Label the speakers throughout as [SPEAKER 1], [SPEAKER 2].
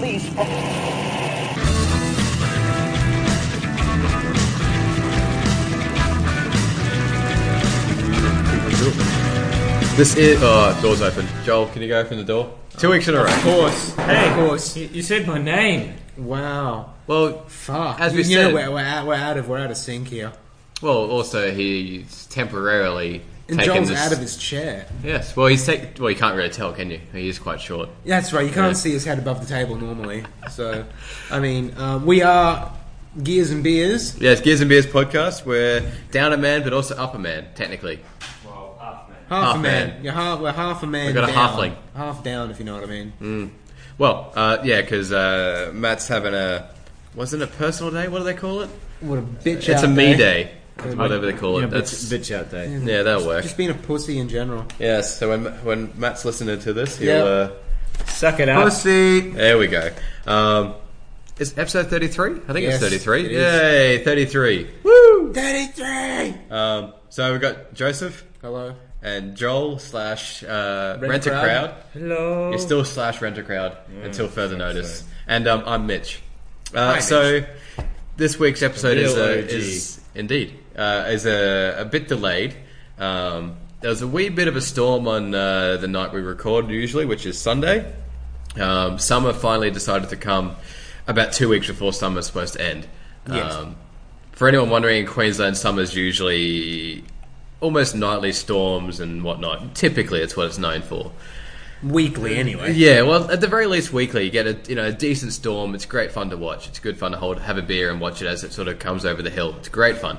[SPEAKER 1] these.
[SPEAKER 2] This is. Uh, door's open. Joel, can you go open the door? Two weeks in a row.
[SPEAKER 3] course.
[SPEAKER 1] Hey.
[SPEAKER 3] Of course.
[SPEAKER 4] You, you said my name.
[SPEAKER 3] Wow.
[SPEAKER 2] Well,
[SPEAKER 3] Fuck.
[SPEAKER 2] As we
[SPEAKER 3] You know,
[SPEAKER 2] said-
[SPEAKER 3] we're, we're, out, we're, out of, we're out of sync here.
[SPEAKER 2] well. Also, he's temporarily
[SPEAKER 3] And
[SPEAKER 2] taken
[SPEAKER 3] Joel's
[SPEAKER 2] this.
[SPEAKER 3] out of his chair.
[SPEAKER 2] yes. Well, he's take. Well, you can't really tell, can you? He is quite short.
[SPEAKER 3] That's right. You can't
[SPEAKER 2] Yeah.
[SPEAKER 3] see his head above the table normally. So, I mean, um, we are gears and beers.
[SPEAKER 2] Yes, Gears and Beers podcast. We're down a man, but also up a man, technically.
[SPEAKER 1] Well, half man.
[SPEAKER 3] Half,
[SPEAKER 2] Half
[SPEAKER 3] a man.
[SPEAKER 2] man.
[SPEAKER 3] You're half, we're half a man.
[SPEAKER 2] We've got a Mm.
[SPEAKER 3] down.
[SPEAKER 2] halfling.
[SPEAKER 3] Half down, if you know what I mean.
[SPEAKER 2] Well, uh, yeah, because uh, Matt's having a. Wasn't it personal day? What do they call it?
[SPEAKER 3] What a bitch!
[SPEAKER 2] it's
[SPEAKER 3] out
[SPEAKER 2] a me
[SPEAKER 3] there.
[SPEAKER 2] day. Whatever they call it.
[SPEAKER 5] Yeah,
[SPEAKER 2] That's,
[SPEAKER 5] bitch, bitch out day.
[SPEAKER 2] yeah, that'll work.
[SPEAKER 3] Just being a pussy in general.
[SPEAKER 2] Yeah, so when when Matt's listening to this, he'll
[SPEAKER 3] Yeah.
[SPEAKER 2] uh,
[SPEAKER 5] Suck it up.
[SPEAKER 3] Pussy.
[SPEAKER 2] there we go. Um, it's episode thirty three. I think
[SPEAKER 3] Yes,
[SPEAKER 2] it's thirty three.
[SPEAKER 3] it is.
[SPEAKER 2] Yay, thirty three.
[SPEAKER 3] Woo! Thirty-three.
[SPEAKER 2] Um, so we've got Joseph
[SPEAKER 3] Hello.
[SPEAKER 2] and Joel slash uh,
[SPEAKER 3] Rent
[SPEAKER 2] Rent a
[SPEAKER 3] Crowd.
[SPEAKER 2] Crowd.
[SPEAKER 4] Hello.
[SPEAKER 2] You're still slash Rent a Crowd until further notice. And um, I'm Mitch. Uh,
[SPEAKER 3] Mitch.
[SPEAKER 2] so this week's episode is,
[SPEAKER 5] real
[SPEAKER 2] uh,
[SPEAKER 5] OG.
[SPEAKER 2] is indeed uh, is a, a bit delayed. Um, there was a wee bit of a storm on uh, the night we record usually, which is Sunday. Um, summer finally decided to come about two weeks before summer's supposed to end.
[SPEAKER 3] Yes.
[SPEAKER 2] Um, for anyone wondering, in Queensland summer's usually almost nightly storms and whatnot. Typically, it's what it's known for.
[SPEAKER 3] Weekly, anyway.
[SPEAKER 2] Yeah, well, at the very least, weekly you get a you know a decent storm. It's great fun to watch. It's good fun to hold, have a beer, and watch it as it sort of comes over the hill. It's great fun.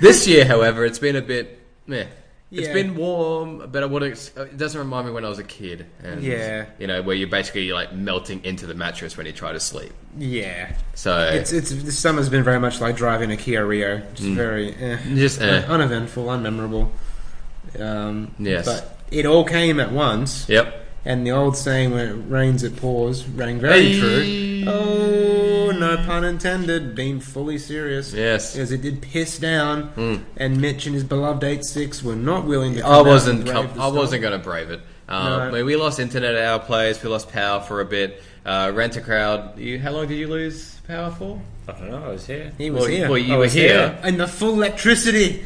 [SPEAKER 2] this year, however, it's been a bit meh. It's
[SPEAKER 3] Yeah.
[SPEAKER 2] been warm, but I would uh, it doesn't remind me when I was a kid. And,
[SPEAKER 3] Yeah.
[SPEAKER 2] you know where you're basically like melting into the mattress when you try to sleep.
[SPEAKER 3] Yeah.
[SPEAKER 2] So
[SPEAKER 3] It's it's the summer's been very much like driving a Kia Rio. Just very eh,
[SPEAKER 2] Mm. Just, eh.
[SPEAKER 3] uneventful, unmemorable. Um,
[SPEAKER 2] Yes.
[SPEAKER 3] but it all came at once.
[SPEAKER 2] yep.
[SPEAKER 3] And the old saying when it rains it pours rang very
[SPEAKER 2] Hey.
[SPEAKER 3] true. Oh, no pun intended. Being fully serious.
[SPEAKER 2] Yes. Mm.
[SPEAKER 3] As it did piss down, and Mitch and his beloved eight six were not willing to. Come
[SPEAKER 2] I
[SPEAKER 3] out
[SPEAKER 2] wasn't.
[SPEAKER 3] and
[SPEAKER 2] Com-
[SPEAKER 3] brave the
[SPEAKER 2] I
[SPEAKER 3] storm.
[SPEAKER 2] wasn't going to brave it. Um,
[SPEAKER 3] No.
[SPEAKER 2] I mean, we lost internet at our place. We lost power for a bit. Uh, Rent a crowd. You, how long did you lose power for?
[SPEAKER 5] I don't know. I was here.
[SPEAKER 3] He was
[SPEAKER 2] well,
[SPEAKER 3] here.
[SPEAKER 2] well, you
[SPEAKER 3] I
[SPEAKER 2] were
[SPEAKER 3] was
[SPEAKER 2] here.
[SPEAKER 3] in the full electricity,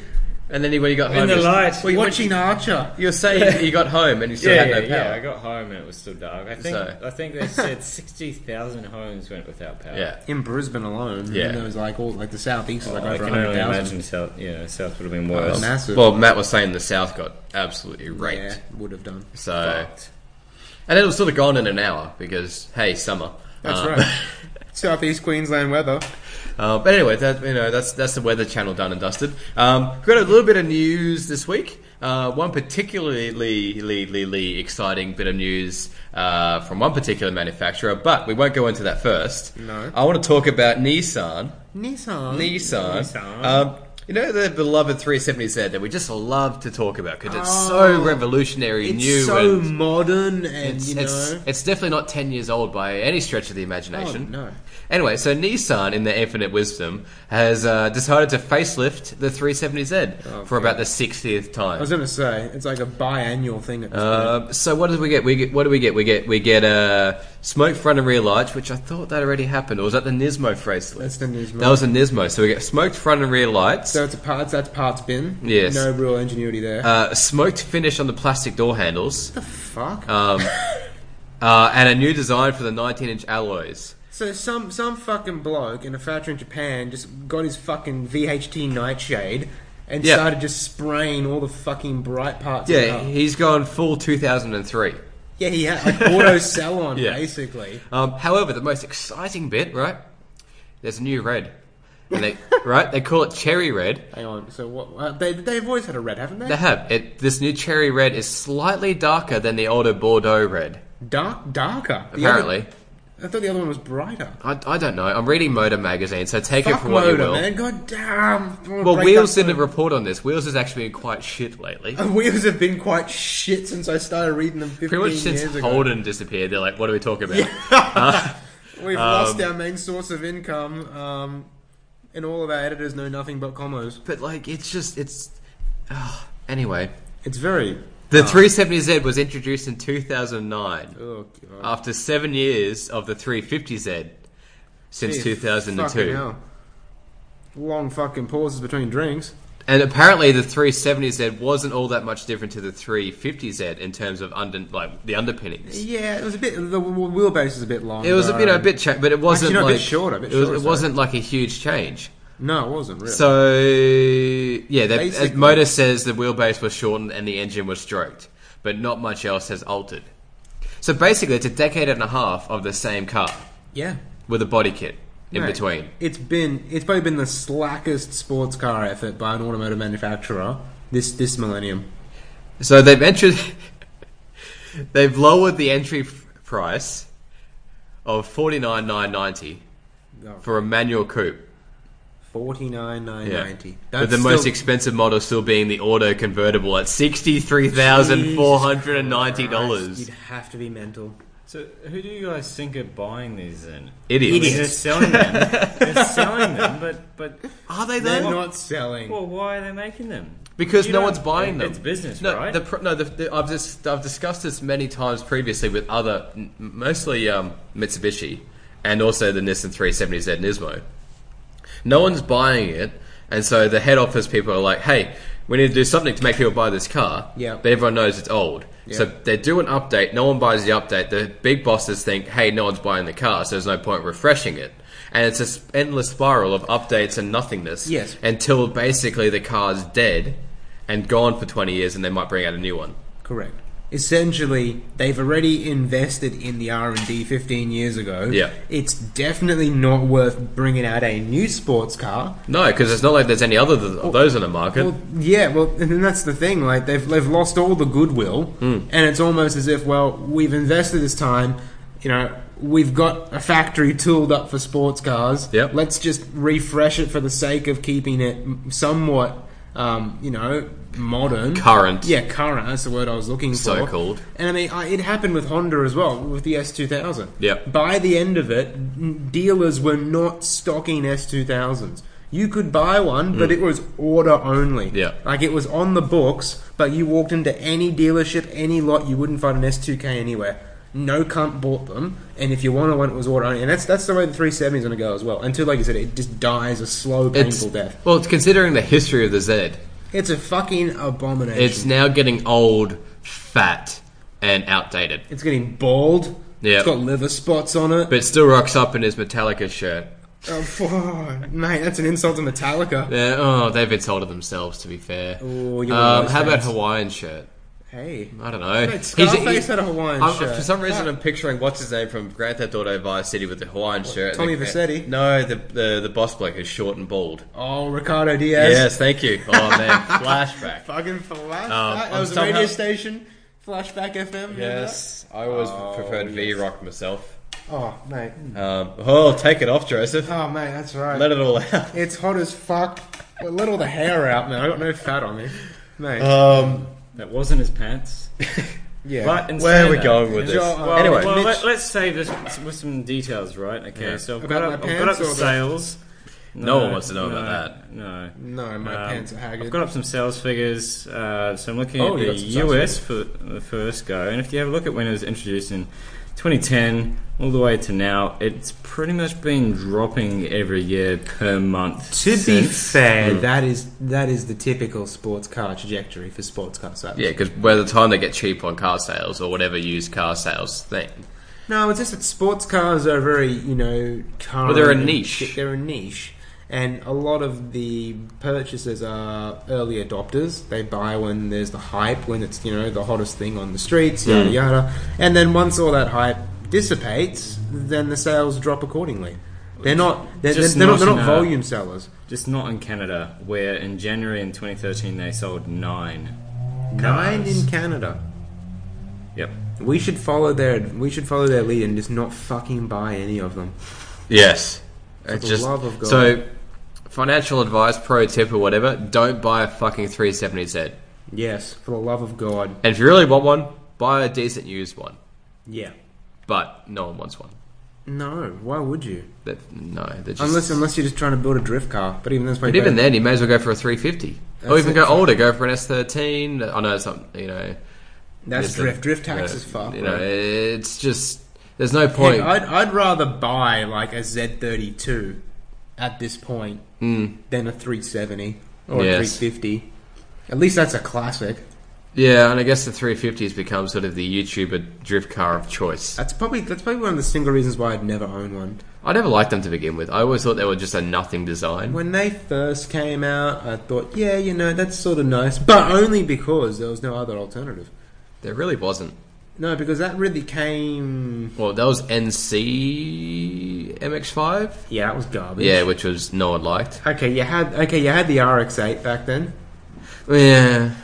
[SPEAKER 2] And then you- when you got home,
[SPEAKER 4] the
[SPEAKER 2] you-
[SPEAKER 4] light.
[SPEAKER 2] Well, you,
[SPEAKER 3] watching Archer.
[SPEAKER 2] you were saying you got home and you still
[SPEAKER 5] yeah,
[SPEAKER 2] had
[SPEAKER 5] yeah,
[SPEAKER 2] no
[SPEAKER 5] yeah,
[SPEAKER 2] power.
[SPEAKER 5] I got home and it was still dark. I think
[SPEAKER 2] So-
[SPEAKER 5] I think they said sixty thousand homes went without power.
[SPEAKER 2] Yeah.
[SPEAKER 3] in Brisbane alone,
[SPEAKER 2] Yeah. Oh,
[SPEAKER 3] and it was like all like the southeast was like
[SPEAKER 5] I
[SPEAKER 3] over
[SPEAKER 5] can only
[SPEAKER 3] hundred thousand.
[SPEAKER 5] imagine South. Yeah, South would have been
[SPEAKER 3] Mass-
[SPEAKER 5] worse.
[SPEAKER 3] Massive.
[SPEAKER 2] Well, Matt was saying the South got absolutely raped.
[SPEAKER 3] Yeah, would have done.
[SPEAKER 2] So,
[SPEAKER 5] Fucked.
[SPEAKER 2] and it was sort of gone in an hour because hey, summer.
[SPEAKER 3] That's
[SPEAKER 2] Um,
[SPEAKER 3] right. Uh, Southeast Queensland weather.
[SPEAKER 2] Uh, but anyway, that you know that's that's the Weather Channel done and dusted. Um, we've got a little bit of news this week. Uh, one particularly le- le- le- exciting bit of news uh, from one particular manufacturer, but we won't go into that first.
[SPEAKER 3] No.
[SPEAKER 2] I want to talk about Nissan.
[SPEAKER 3] Nissan.
[SPEAKER 2] Nissan.
[SPEAKER 5] Nissan.
[SPEAKER 2] Um, you know the beloved 370Z that we just love to talk about because it's so
[SPEAKER 3] Oh,
[SPEAKER 2] revolutionary,
[SPEAKER 3] It's
[SPEAKER 2] new,
[SPEAKER 3] so
[SPEAKER 2] and
[SPEAKER 3] modern, and
[SPEAKER 2] it's,
[SPEAKER 3] you know.
[SPEAKER 2] it's, it's definitely not 10 years old by any stretch of the imagination.
[SPEAKER 3] Oh, no.
[SPEAKER 2] Anyway, so Nissan, in their infinite wisdom, has uh, decided to facelift the 370Z
[SPEAKER 3] Oh,
[SPEAKER 2] for about the 60th
[SPEAKER 3] I
[SPEAKER 2] time.
[SPEAKER 3] was going to say it's like a biannual thing. At this
[SPEAKER 2] Um, so what did we get? We get what do we get? We get we get uh, smoke front and rear lights, which I thought that already happened. Or was that the Nismo facelift?
[SPEAKER 3] That's the Nismo.
[SPEAKER 2] That was the Nismo. So we get smoked front and rear lights.
[SPEAKER 3] So it's a parts. That's parts bin.
[SPEAKER 2] Yes.
[SPEAKER 3] No real ingenuity there.
[SPEAKER 2] uh, smoked finish on the plastic door handles,
[SPEAKER 3] the fuck.
[SPEAKER 2] um, uh, and a new design for the 19-inch alloys.
[SPEAKER 3] so some some fucking bloke in a factory in Japan just got his fucking VHT nightshade and
[SPEAKER 2] Yeah.
[SPEAKER 3] started just spraying all the fucking bright parts.
[SPEAKER 2] Yeah,
[SPEAKER 3] out.
[SPEAKER 2] he's gone full 2003.
[SPEAKER 3] yeah, he had like auto salon
[SPEAKER 2] Yeah.
[SPEAKER 3] basically.
[SPEAKER 2] Um, however, the most exciting bit, right? There's a new red, and they, right? They call it cherry red.
[SPEAKER 3] Hang on. So what? Uh, they they've always had a red, haven't they?
[SPEAKER 2] They have it. This new cherry red is slightly darker than the older Bordeaux red.
[SPEAKER 3] Dark, darker. The
[SPEAKER 2] Apparently,
[SPEAKER 3] other- I thought the other one was brighter.
[SPEAKER 2] I, I don't know. I'm reading Motor magazine, so take it
[SPEAKER 3] Fuck
[SPEAKER 2] for what you
[SPEAKER 3] motor,
[SPEAKER 2] will.
[SPEAKER 3] man. God damn.
[SPEAKER 2] Well, Wheels didn't report on this. Wheels has actually been quite shit lately.
[SPEAKER 3] Wheels have been quite shit since I started reading them 15
[SPEAKER 2] Pretty much since
[SPEAKER 3] years ago.
[SPEAKER 2] Holden disappeared, they're like, "What are we talking about?"
[SPEAKER 3] We've lost
[SPEAKER 2] Um,
[SPEAKER 3] our main source of income, um, and all of our editors know nothing but commas.
[SPEAKER 2] But like, it's just it's. ah, anyway,
[SPEAKER 3] It's very
[SPEAKER 2] The 370Z was introduced in 2009
[SPEAKER 3] Oh, God.
[SPEAKER 2] after seven years of the 350Z since
[SPEAKER 3] Jeez, fucking
[SPEAKER 2] 2002.
[SPEAKER 3] hell. Long fucking pauses between drinks.
[SPEAKER 2] And apparently, the 370Z wasn't all that much different to the 350Z in terms of under, like the underpinnings.
[SPEAKER 3] Yeah, it was a bit. The w- wheelbase is a bit long.
[SPEAKER 2] It was a bit, a bit, cha- but it wasn't
[SPEAKER 3] Actually, no, a
[SPEAKER 2] like
[SPEAKER 3] bit shorter, a bit
[SPEAKER 2] it, was,
[SPEAKER 3] shorter,
[SPEAKER 2] it
[SPEAKER 3] sorry.
[SPEAKER 2] wasn't like a huge change.
[SPEAKER 3] No, it wasn't really.
[SPEAKER 2] So yeah, that, as
[SPEAKER 3] Basically-
[SPEAKER 2] Motor says the wheelbase was shortened and the engine was stroked, but not much else has altered. So basically, it's a decade and a half of the same car
[SPEAKER 3] yeah.
[SPEAKER 2] with a body kit in
[SPEAKER 3] Mate,
[SPEAKER 2] between.
[SPEAKER 3] It's been. It's probably been the slackest sports car effort by an automotive manufacturer this this millennium.
[SPEAKER 2] So they've entered, they've lowered the entry f- price of forty nine nine ninety for a manual coupe.
[SPEAKER 3] Forty nine nine
[SPEAKER 2] Yeah.
[SPEAKER 3] ninety.
[SPEAKER 2] With the most expensive model still being the auto convertible at sixty three thousand four hundred and ninety
[SPEAKER 3] You'd
[SPEAKER 2] dollars.
[SPEAKER 3] have to be mental.
[SPEAKER 5] So who do you guys think are buying these then?
[SPEAKER 2] Idiots.
[SPEAKER 5] They're selling them. They're selling them, but but
[SPEAKER 2] Are they
[SPEAKER 3] They're
[SPEAKER 2] though?
[SPEAKER 3] not selling.
[SPEAKER 5] well, why are they making them?
[SPEAKER 2] Because
[SPEAKER 5] You
[SPEAKER 2] no
[SPEAKER 5] don't-
[SPEAKER 2] one's buying them.
[SPEAKER 5] It's business,
[SPEAKER 2] no,
[SPEAKER 5] right?
[SPEAKER 2] The, pr- no, the, the, I've just I've discussed this many times previously with other, m- mostly um, Mitsubishi, and also the Nissan 370Z Nismo. No one's buying it, and so the head office people are like, "Hey, we need to do something to make people buy this car."
[SPEAKER 3] Yeah.
[SPEAKER 2] but everyone knows it's old, so
[SPEAKER 3] Yeah.
[SPEAKER 2] they do an update. No one buys the update. The big bosses think, "Hey, no one's buying the car, so there's no point refreshing it." And it's this endless spiral of updates and nothingness
[SPEAKER 3] Yes.
[SPEAKER 2] until basically the car's dead and gone for 20 years and they might bring out a new one.
[SPEAKER 3] Correct. Essentially, they've already invested in the R and D 15 years ago.
[SPEAKER 2] Yeah.
[SPEAKER 3] it's definitely not worth bringing out a new sports car.
[SPEAKER 2] No, because it's not like there's any other th- of those on the market.
[SPEAKER 3] Well, yeah, well, and then that's the thing. Like they've they've lost all the goodwill,
[SPEAKER 2] Hmm.
[SPEAKER 3] and it's almost as if well we've invested this time. You know, we've got a factory tooled up for sports cars.
[SPEAKER 2] Yep.
[SPEAKER 3] Let's just refresh it for the sake of keeping it m- somewhat, um, you know, modern.
[SPEAKER 2] Current.
[SPEAKER 3] Yeah, current. That's the word I was looking for.
[SPEAKER 2] So-called.
[SPEAKER 3] And I mean, I, it happened with Honda as well, with the S2000.
[SPEAKER 2] Yep.
[SPEAKER 3] By the end of it, n- dealers were not stocking S2000s. You could buy one, but it was order only.
[SPEAKER 2] Mm. Yeah.
[SPEAKER 3] Like it was on the books, but you walked into any dealership, any lot, you wouldn't find an S2K anywhere. No cunt bought them, and if you wanted one, it was order only. And that's that's the way the 370 is going to go as well. Until, like you said, it just dies a slow,
[SPEAKER 2] it's,
[SPEAKER 3] painful death.
[SPEAKER 2] well, it's considering the history of the Z,
[SPEAKER 3] It's a fucking abomination.
[SPEAKER 2] it's now getting old, fat, and outdated.
[SPEAKER 3] It's getting bald.
[SPEAKER 2] Yeah.
[SPEAKER 3] It's got liver spots on it.
[SPEAKER 2] But it still rocks up in his Metallica shirt.
[SPEAKER 3] oh, fuck. Mate, that's an insult to Metallica.
[SPEAKER 2] They're, oh, they've insulted themselves, to be fair.
[SPEAKER 3] Ooh, you're one of
[SPEAKER 2] um,
[SPEAKER 3] those
[SPEAKER 2] how about
[SPEAKER 3] fans.
[SPEAKER 2] Hawaiian shirt?
[SPEAKER 3] Hey.
[SPEAKER 2] I don't know.
[SPEAKER 3] Mate,
[SPEAKER 2] He's-
[SPEAKER 3] Scarface
[SPEAKER 2] he-
[SPEAKER 3] had a Hawaiian
[SPEAKER 2] I'm-
[SPEAKER 3] shirt.
[SPEAKER 2] For some reason, I'm picturing what's his name from Grand Theft Auto Vice City with the Hawaiian shirt.
[SPEAKER 3] Tommy
[SPEAKER 2] The-
[SPEAKER 3] Vercetti?
[SPEAKER 2] No, the, the the boss bloke is short and bald.
[SPEAKER 3] Oh, Ricardo Diaz.
[SPEAKER 2] Yes, thank you. Oh man, flashback.
[SPEAKER 3] Fucking flashback.
[SPEAKER 2] Um,
[SPEAKER 3] that
[SPEAKER 2] I'm
[SPEAKER 3] was a
[SPEAKER 2] somehow-
[SPEAKER 3] radio station. Flashback FM. remember
[SPEAKER 2] Yes, I always
[SPEAKER 3] Oh,
[SPEAKER 2] preferred V Rock myself.
[SPEAKER 3] that? Oh, mate.
[SPEAKER 2] Um, oh, take it off, Joseph.
[SPEAKER 3] Oh, mate, that's right.
[SPEAKER 2] Let it all out.
[SPEAKER 3] it's hot as fuck. Well, let all the hair out, man. I got no fat on me. Mate.
[SPEAKER 2] Um,
[SPEAKER 5] that wasn't his pants.
[SPEAKER 3] yeah.
[SPEAKER 5] But instead
[SPEAKER 2] where are we
[SPEAKER 5] of-
[SPEAKER 2] going with this?
[SPEAKER 3] Joel, uh,
[SPEAKER 5] Well,
[SPEAKER 2] anyway,
[SPEAKER 5] well,
[SPEAKER 3] Mitch-
[SPEAKER 5] let, us save this with some details, right? Okay, so I've
[SPEAKER 3] About
[SPEAKER 5] got
[SPEAKER 3] my
[SPEAKER 5] up, I've got up
[SPEAKER 3] pants
[SPEAKER 5] the
[SPEAKER 3] or the-
[SPEAKER 5] sales.
[SPEAKER 2] No one wants to know about that.
[SPEAKER 5] No.
[SPEAKER 3] No, my
[SPEAKER 5] Um,
[SPEAKER 3] pants are haggard.
[SPEAKER 5] I've got up some sales figures, uh, so I'm looking
[SPEAKER 3] Oh,
[SPEAKER 5] at
[SPEAKER 3] you
[SPEAKER 5] the
[SPEAKER 3] got some sales
[SPEAKER 5] US for the first go. And if you have a look at when it was introduced in 2010 all the way to now, it's pretty much been dropping every year per month.
[SPEAKER 3] To be
[SPEAKER 5] since.
[SPEAKER 3] fair,
[SPEAKER 2] Mm.
[SPEAKER 3] that is that is the typical sports car trajectory for sports car sales.
[SPEAKER 2] yeah, because by the time they get cheap on car sales or whatever used car sales thing,
[SPEAKER 3] No, it's just that sports cars are very you know car.
[SPEAKER 2] Well, they're a niche.
[SPEAKER 3] They're a niche, and a lot of the purchasers are early adopters. They buy when there's the hype, when it's you know the hottest thing on the streets,
[SPEAKER 2] Hmm.
[SPEAKER 3] yada yada. And then once all that hype dissipates, then the sales drop accordingly. They're not they're, they're,
[SPEAKER 5] Just
[SPEAKER 3] they're not, they're
[SPEAKER 5] not
[SPEAKER 3] not
[SPEAKER 5] in a-
[SPEAKER 3] volume sellers.
[SPEAKER 5] Just not in Canada, where in January in 2013 they sold nine.
[SPEAKER 3] Nine
[SPEAKER 5] cars.
[SPEAKER 3] in Canada.
[SPEAKER 5] Yep.
[SPEAKER 3] We should follow their we should follow their lead and just not fucking buy any of them.
[SPEAKER 2] Yes. It's
[SPEAKER 3] the
[SPEAKER 2] just
[SPEAKER 3] love of God.
[SPEAKER 2] so financial advice, pro tip or whatever, don't buy a fucking 370Z.
[SPEAKER 3] Yes, for the love of God.
[SPEAKER 2] And if you really want one, buy a decent used one.
[SPEAKER 3] Yeah.
[SPEAKER 2] But no one wants one.
[SPEAKER 3] No, why would you?
[SPEAKER 2] That no, they're just
[SPEAKER 3] Unless unless you're just trying to build a drift car. But even that's
[SPEAKER 2] But
[SPEAKER 3] probably
[SPEAKER 2] even
[SPEAKER 3] better.
[SPEAKER 2] then, you may as well go for a 350, or
[SPEAKER 3] That's
[SPEAKER 2] even
[SPEAKER 3] it.
[SPEAKER 2] go older, go for an S13. I know it's not you know There's
[SPEAKER 3] That's drift.
[SPEAKER 2] a-
[SPEAKER 3] drift tax
[SPEAKER 2] uh,
[SPEAKER 3] is fuck.
[SPEAKER 2] You
[SPEAKER 3] bro.
[SPEAKER 2] know, it's just there's no
[SPEAKER 3] Heck,
[SPEAKER 2] point.
[SPEAKER 3] I'd, I'd rather buy like a Z32 at this point
[SPEAKER 2] Mm.
[SPEAKER 3] than a 370 or
[SPEAKER 2] Yes.
[SPEAKER 3] a 350. At least that's a classic.
[SPEAKER 2] Yeah, and I guess the 350 has become sort of the YouTuber drift car of choice.
[SPEAKER 3] That's probably that's probably one of the single reasons why I'd never own one.
[SPEAKER 2] I never liked them to begin with. I always thought they were just a nothing design.
[SPEAKER 3] When they first came out, I thought, yeah, you know, that's sort of nice, but only because there was no other alternative.
[SPEAKER 2] There really wasn't.
[SPEAKER 3] No, because that really came.
[SPEAKER 2] Well, that was NC MX5.
[SPEAKER 3] Yeah, that was garbage.
[SPEAKER 2] Yeah, which was no one liked.
[SPEAKER 3] Okay, you had okay, you had the RX-8 back then.
[SPEAKER 2] Yeah,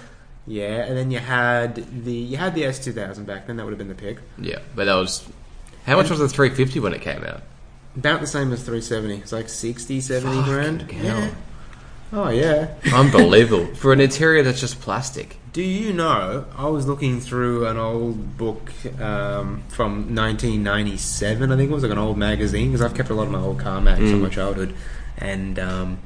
[SPEAKER 3] Yeah, and then you had the you had the S2000 back then. That would have been the pick.
[SPEAKER 2] yeah, but that was. How much was the 350 when it came out?
[SPEAKER 3] About the same as 370. It's like 60, 70
[SPEAKER 2] Fucking
[SPEAKER 3] grand.
[SPEAKER 2] hell.
[SPEAKER 3] Yeah. Oh, yeah.
[SPEAKER 2] Unbelievable for an interior that's just plastic.
[SPEAKER 3] Do you know? I was looking through an old book um, from 1997, I think it was like an old magazine, because I've kept a lot of my old car mags
[SPEAKER 2] Mm.
[SPEAKER 3] from my childhood. And um,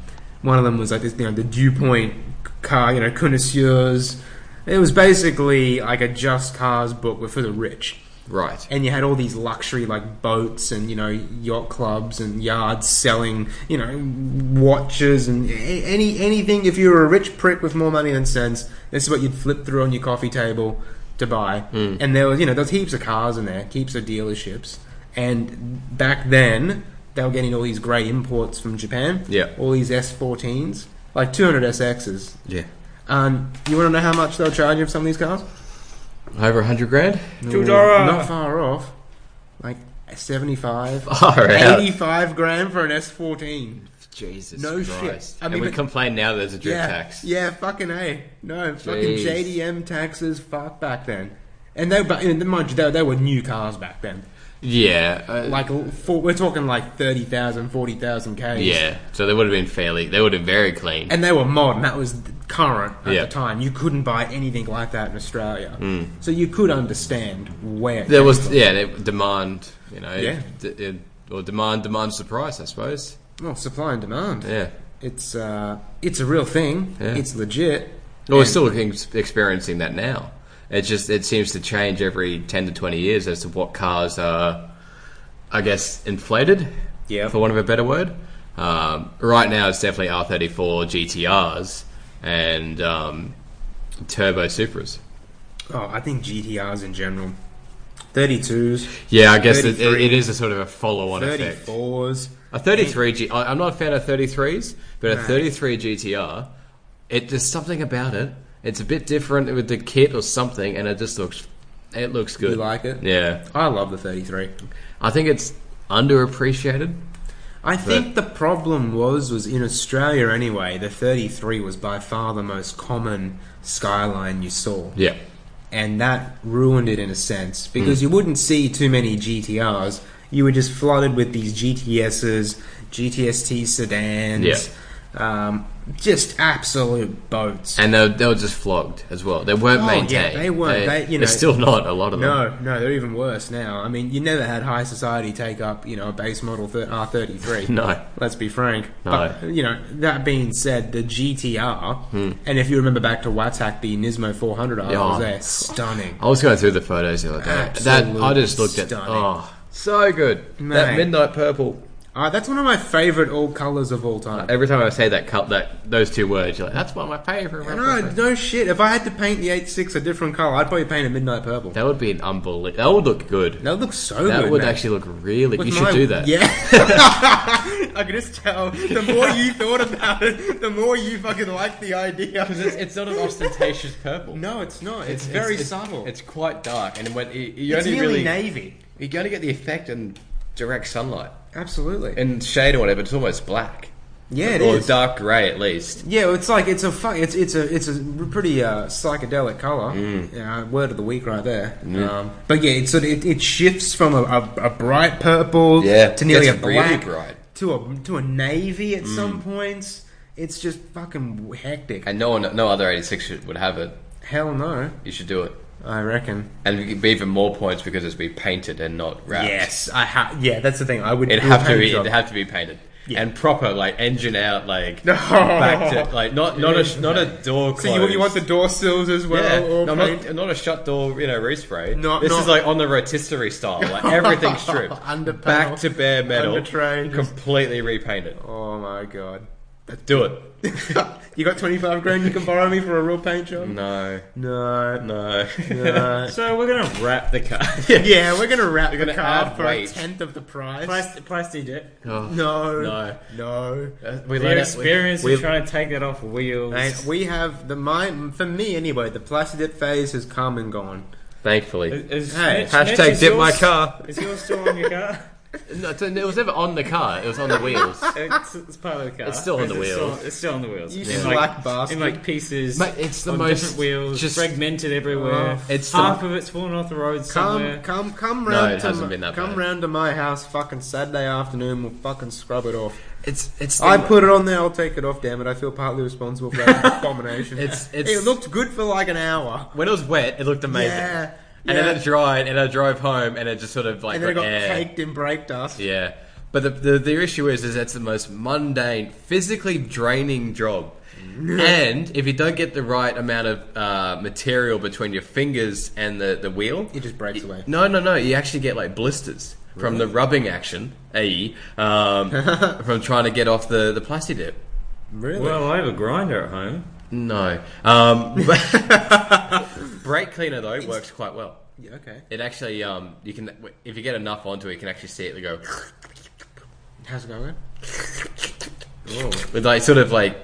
[SPEAKER 3] one of them was like this, you know, the Dew Point car, you know, connoisseurs. It was basically like a just cars book, but for the rich.
[SPEAKER 2] Right.
[SPEAKER 3] and you had all these luxury like boats and you know yacht clubs and yards selling you know watches and a- any anything if you were a rich prick with more money than sense this is what you'd flip through on your coffee table to buy and there was you know there's heaps of cars in there heaps of dealerships and back then they were getting all these great imports from Japan
[SPEAKER 2] Yeah.
[SPEAKER 3] all these S14s like 200 SXs
[SPEAKER 2] Yeah.
[SPEAKER 3] um, you want to know how much they'll charge you for some of these cars
[SPEAKER 2] Over a hundred grand.
[SPEAKER 4] Tudor.
[SPEAKER 3] not far off. Like 75,
[SPEAKER 2] Far out.
[SPEAKER 3] 85 grand for an S14.
[SPEAKER 2] Jesus.
[SPEAKER 3] No
[SPEAKER 2] Christ.
[SPEAKER 3] shit. I mean,
[SPEAKER 2] and we
[SPEAKER 3] but-
[SPEAKER 2] complain now there's a drift
[SPEAKER 3] yeah,
[SPEAKER 2] tax.
[SPEAKER 3] yeah, fucking a. No, fucking
[SPEAKER 2] Jeez.
[SPEAKER 3] JDM taxes. Fuck back then. And they, but and mind you, they, they were new cars back then.
[SPEAKER 2] Yeah. uh,
[SPEAKER 3] Like for, we're talking like 30,000, 40,000 k's.
[SPEAKER 2] yeah. So they would have been fairly. They would have been very clean.
[SPEAKER 3] And they were modern. That was th- current at
[SPEAKER 2] Yeah. Mm.
[SPEAKER 3] the time. You couldn't buy anything like that in Australia. So you could understand where it
[SPEAKER 2] There
[SPEAKER 3] came
[SPEAKER 2] was
[SPEAKER 3] from.
[SPEAKER 2] yeah, they- demand. You know.
[SPEAKER 3] Yeah.
[SPEAKER 2] d- it- or demand, demand, surprise. I suppose.
[SPEAKER 3] Well, supply and demand.
[SPEAKER 2] Yeah.
[SPEAKER 3] It's uh, it's a real thing.
[SPEAKER 2] Yeah. Oh,
[SPEAKER 3] It's legit.
[SPEAKER 2] Well, we're
[SPEAKER 3] And-
[SPEAKER 2] still ex- experiencing that now. It just it seems to change every ten to twenty years as to what cars are, I guess, inflated.
[SPEAKER 3] Yep.
[SPEAKER 2] For want of a better word, um, right now it's definitely R thirty four GTRs and um, turbo Supras.
[SPEAKER 3] Oh, I think GTRs in general. 32s,
[SPEAKER 2] Yeah, I guess it, it,
[SPEAKER 3] 33.
[SPEAKER 2] it is a sort of a follow on effect.
[SPEAKER 3] 34s.
[SPEAKER 2] A 33 G. I, I'm not a fan of 33s, but a
[SPEAKER 3] Right.
[SPEAKER 2] 33 GTR, it there's something about it. It's a bit different with the kit or something, and it just looks, it looks good.
[SPEAKER 3] You like it?
[SPEAKER 2] Yeah,
[SPEAKER 3] I love the 33.
[SPEAKER 2] I think it's underappreciated.
[SPEAKER 3] I think the problem was was in Australia anyway, the 33 was by far the most common skyline you saw.
[SPEAKER 2] Yeah,
[SPEAKER 3] And that ruined it in a sense because
[SPEAKER 2] Hmm.
[SPEAKER 3] you wouldn't see too many GTRs. You were just flooded with these GTSs, GTST sedans.
[SPEAKER 2] Yeah.
[SPEAKER 3] Um, just absolute boats.
[SPEAKER 2] and they were, they were just flogged as well. They weren't
[SPEAKER 3] Oh, yeah,
[SPEAKER 2] maintained.
[SPEAKER 3] they weren't. They- you know-
[SPEAKER 2] are still not a lot of them.
[SPEAKER 3] No, no, they're even worse now. I mean, you never had high society take up, you know, a base model th- R33.
[SPEAKER 2] No.
[SPEAKER 3] Let's be frank.
[SPEAKER 2] No. Hmm.
[SPEAKER 3] But, you know, that being said, the GTR, and if you remember back to WATAC, the Nismo 400R
[SPEAKER 2] Yeah. Oh.
[SPEAKER 3] was there. Stunning.
[SPEAKER 2] I was going through the photos the other day. that I
[SPEAKER 3] Absolutely
[SPEAKER 2] just looked at.
[SPEAKER 3] stunning.
[SPEAKER 2] Oh, so good. That
[SPEAKER 3] Mate.
[SPEAKER 2] midnight purple.
[SPEAKER 3] Uh, that's one of my favourite all colours of all time.
[SPEAKER 2] Every time I say that, col- that those two words, you're like, that's one of my favorite.
[SPEAKER 3] no, no shit. If I had to paint the 86 a different colour, I'd probably paint it midnight purple.
[SPEAKER 2] That would be an unbelievable. That would look good.
[SPEAKER 3] That looks so
[SPEAKER 2] that
[SPEAKER 3] good.
[SPEAKER 2] would
[SPEAKER 3] mate.
[SPEAKER 2] actually look really.
[SPEAKER 3] With
[SPEAKER 2] you should
[SPEAKER 3] my-
[SPEAKER 2] do that.
[SPEAKER 3] Yeah. I could just tell. The more you thought about it, the more you fucking liked the idea.
[SPEAKER 2] it's not an ostentatious purple.
[SPEAKER 3] No, it's not. It's, very subtle. It's,
[SPEAKER 2] It's quite dark, and when you, only
[SPEAKER 3] nearly
[SPEAKER 2] really
[SPEAKER 3] navy.
[SPEAKER 2] you're going to get the effect in direct sunlight
[SPEAKER 3] Absolutely.
[SPEAKER 2] and shade or whatever. It's almost black.
[SPEAKER 3] yeah, it
[SPEAKER 2] or
[SPEAKER 3] is.
[SPEAKER 2] dark grey at least.
[SPEAKER 3] Yeah, it's like it's a fu- it's it's a it's a pretty uh, psychedelic color.
[SPEAKER 2] Mm.
[SPEAKER 3] Yeah, word of the week right there. Um, but yeah, it's sort of, it, it shifts from a, a, a bright purple
[SPEAKER 2] Yeah,
[SPEAKER 3] to nearly a
[SPEAKER 2] gets really
[SPEAKER 3] black
[SPEAKER 2] bright.
[SPEAKER 3] to a to a navy
[SPEAKER 2] Mm.
[SPEAKER 3] at some points. It's just fucking hectic.
[SPEAKER 2] And no one, no other 86 should, would have it.
[SPEAKER 3] Hell no,
[SPEAKER 2] You should do it,
[SPEAKER 3] I reckon.
[SPEAKER 2] and it would be even more points because it's be painted and not wrapped.
[SPEAKER 3] Yes, I ha- yeah, that's the thing. I would
[SPEAKER 2] it'd
[SPEAKER 3] do a
[SPEAKER 2] have to
[SPEAKER 3] paint
[SPEAKER 2] be.
[SPEAKER 3] job.
[SPEAKER 2] It'd have to be painted. and proper like engine out like back to like not not a not a door. Closed.
[SPEAKER 3] So you, you want the door sills as well?
[SPEAKER 2] yeah,
[SPEAKER 3] all
[SPEAKER 2] no,
[SPEAKER 3] painted?
[SPEAKER 2] not, not a shut door, you know, respray.
[SPEAKER 3] Not-
[SPEAKER 2] this
[SPEAKER 3] not-
[SPEAKER 2] is like on the rotisserie style, like everything stripped,
[SPEAKER 3] Under panel,
[SPEAKER 2] back to bare metal,
[SPEAKER 3] under tray, just-
[SPEAKER 2] completely repainted.
[SPEAKER 3] Oh my god.
[SPEAKER 2] Do it.
[SPEAKER 3] you got 25 grand you can borrow me for a real paint job?
[SPEAKER 2] No,
[SPEAKER 3] No.
[SPEAKER 2] no.
[SPEAKER 3] no.
[SPEAKER 5] So we're gonna wrap the car.
[SPEAKER 3] yeah, we're going to wrap the
[SPEAKER 2] gonna
[SPEAKER 3] car
[SPEAKER 2] add
[SPEAKER 3] for
[SPEAKER 2] weight.
[SPEAKER 3] a tenth of the price.
[SPEAKER 5] Plastic, plastic jet.
[SPEAKER 3] No.
[SPEAKER 2] No.
[SPEAKER 3] No.
[SPEAKER 2] Uh, we
[SPEAKER 5] Their
[SPEAKER 2] learned
[SPEAKER 5] experience
[SPEAKER 2] we-
[SPEAKER 5] of trying to take that off wheels.
[SPEAKER 3] Mate, we have the my for me anyway. The plastic phase has come and gone.
[SPEAKER 2] Thankfully,
[SPEAKER 5] Is- is
[SPEAKER 3] Hey,
[SPEAKER 5] Snitch- Snitch,
[SPEAKER 2] hashtag
[SPEAKER 5] is
[SPEAKER 2] dip my
[SPEAKER 5] yours-
[SPEAKER 2] car.
[SPEAKER 5] Is yours still on your car?
[SPEAKER 2] Uh, No, it's- it was never on the car; it was on the wheels.
[SPEAKER 5] It's, it's part of the car.
[SPEAKER 2] It's still on
[SPEAKER 5] Or is
[SPEAKER 2] the
[SPEAKER 5] it
[SPEAKER 2] wheels.
[SPEAKER 5] still- it's still on the wheels.
[SPEAKER 3] You
[SPEAKER 5] In,
[SPEAKER 3] slack
[SPEAKER 5] like,
[SPEAKER 3] bastard.
[SPEAKER 5] in like pieces.
[SPEAKER 2] Mate, it's the
[SPEAKER 5] on
[SPEAKER 2] most
[SPEAKER 5] different wheels,
[SPEAKER 2] just-
[SPEAKER 5] fragmented everywhere.
[SPEAKER 3] Oh,
[SPEAKER 2] it's
[SPEAKER 5] half
[SPEAKER 2] the-
[SPEAKER 5] of it's fallen off the road somewhere.
[SPEAKER 3] come, come, come
[SPEAKER 2] No,
[SPEAKER 3] round
[SPEAKER 2] it
[SPEAKER 3] to
[SPEAKER 2] hasn't
[SPEAKER 3] my,
[SPEAKER 2] been that
[SPEAKER 3] come
[SPEAKER 2] bad.
[SPEAKER 3] round to my house, fucking Saturday afternoon. We'll fucking scrub it off.
[SPEAKER 2] It's it's.
[SPEAKER 3] I put it on there. I'll take it off. Damn it! I feel partly responsible for that abomination.
[SPEAKER 2] It's-
[SPEAKER 3] it
[SPEAKER 2] it's-
[SPEAKER 3] looked good for like an hour.
[SPEAKER 2] when it was wet, it looked amazing.
[SPEAKER 3] Yeah,
[SPEAKER 2] And then
[SPEAKER 3] yeah.
[SPEAKER 2] it dried, and I drove home, and it just sort of like
[SPEAKER 3] and then it got
[SPEAKER 2] air.
[SPEAKER 3] caked in brake dust.
[SPEAKER 2] Yeah, but the, the the issue is is that's the most mundane, physically draining job.
[SPEAKER 3] Mm.
[SPEAKER 2] and if you don't get the right amount of uh, material between your fingers and the, the wheel,
[SPEAKER 3] It just breaks away.
[SPEAKER 2] no, no, no. You actually get like blisters from the rubbing action, a um, from trying to get off the the plasti dip.
[SPEAKER 3] Really?
[SPEAKER 5] Well, I have a grinder at home.
[SPEAKER 2] No, um, brake cleaner though works quite well.
[SPEAKER 3] Yeah, okay.
[SPEAKER 2] It actually, um, you can if you get enough onto it, you can actually see it go
[SPEAKER 3] How's it going?
[SPEAKER 2] It like sort of like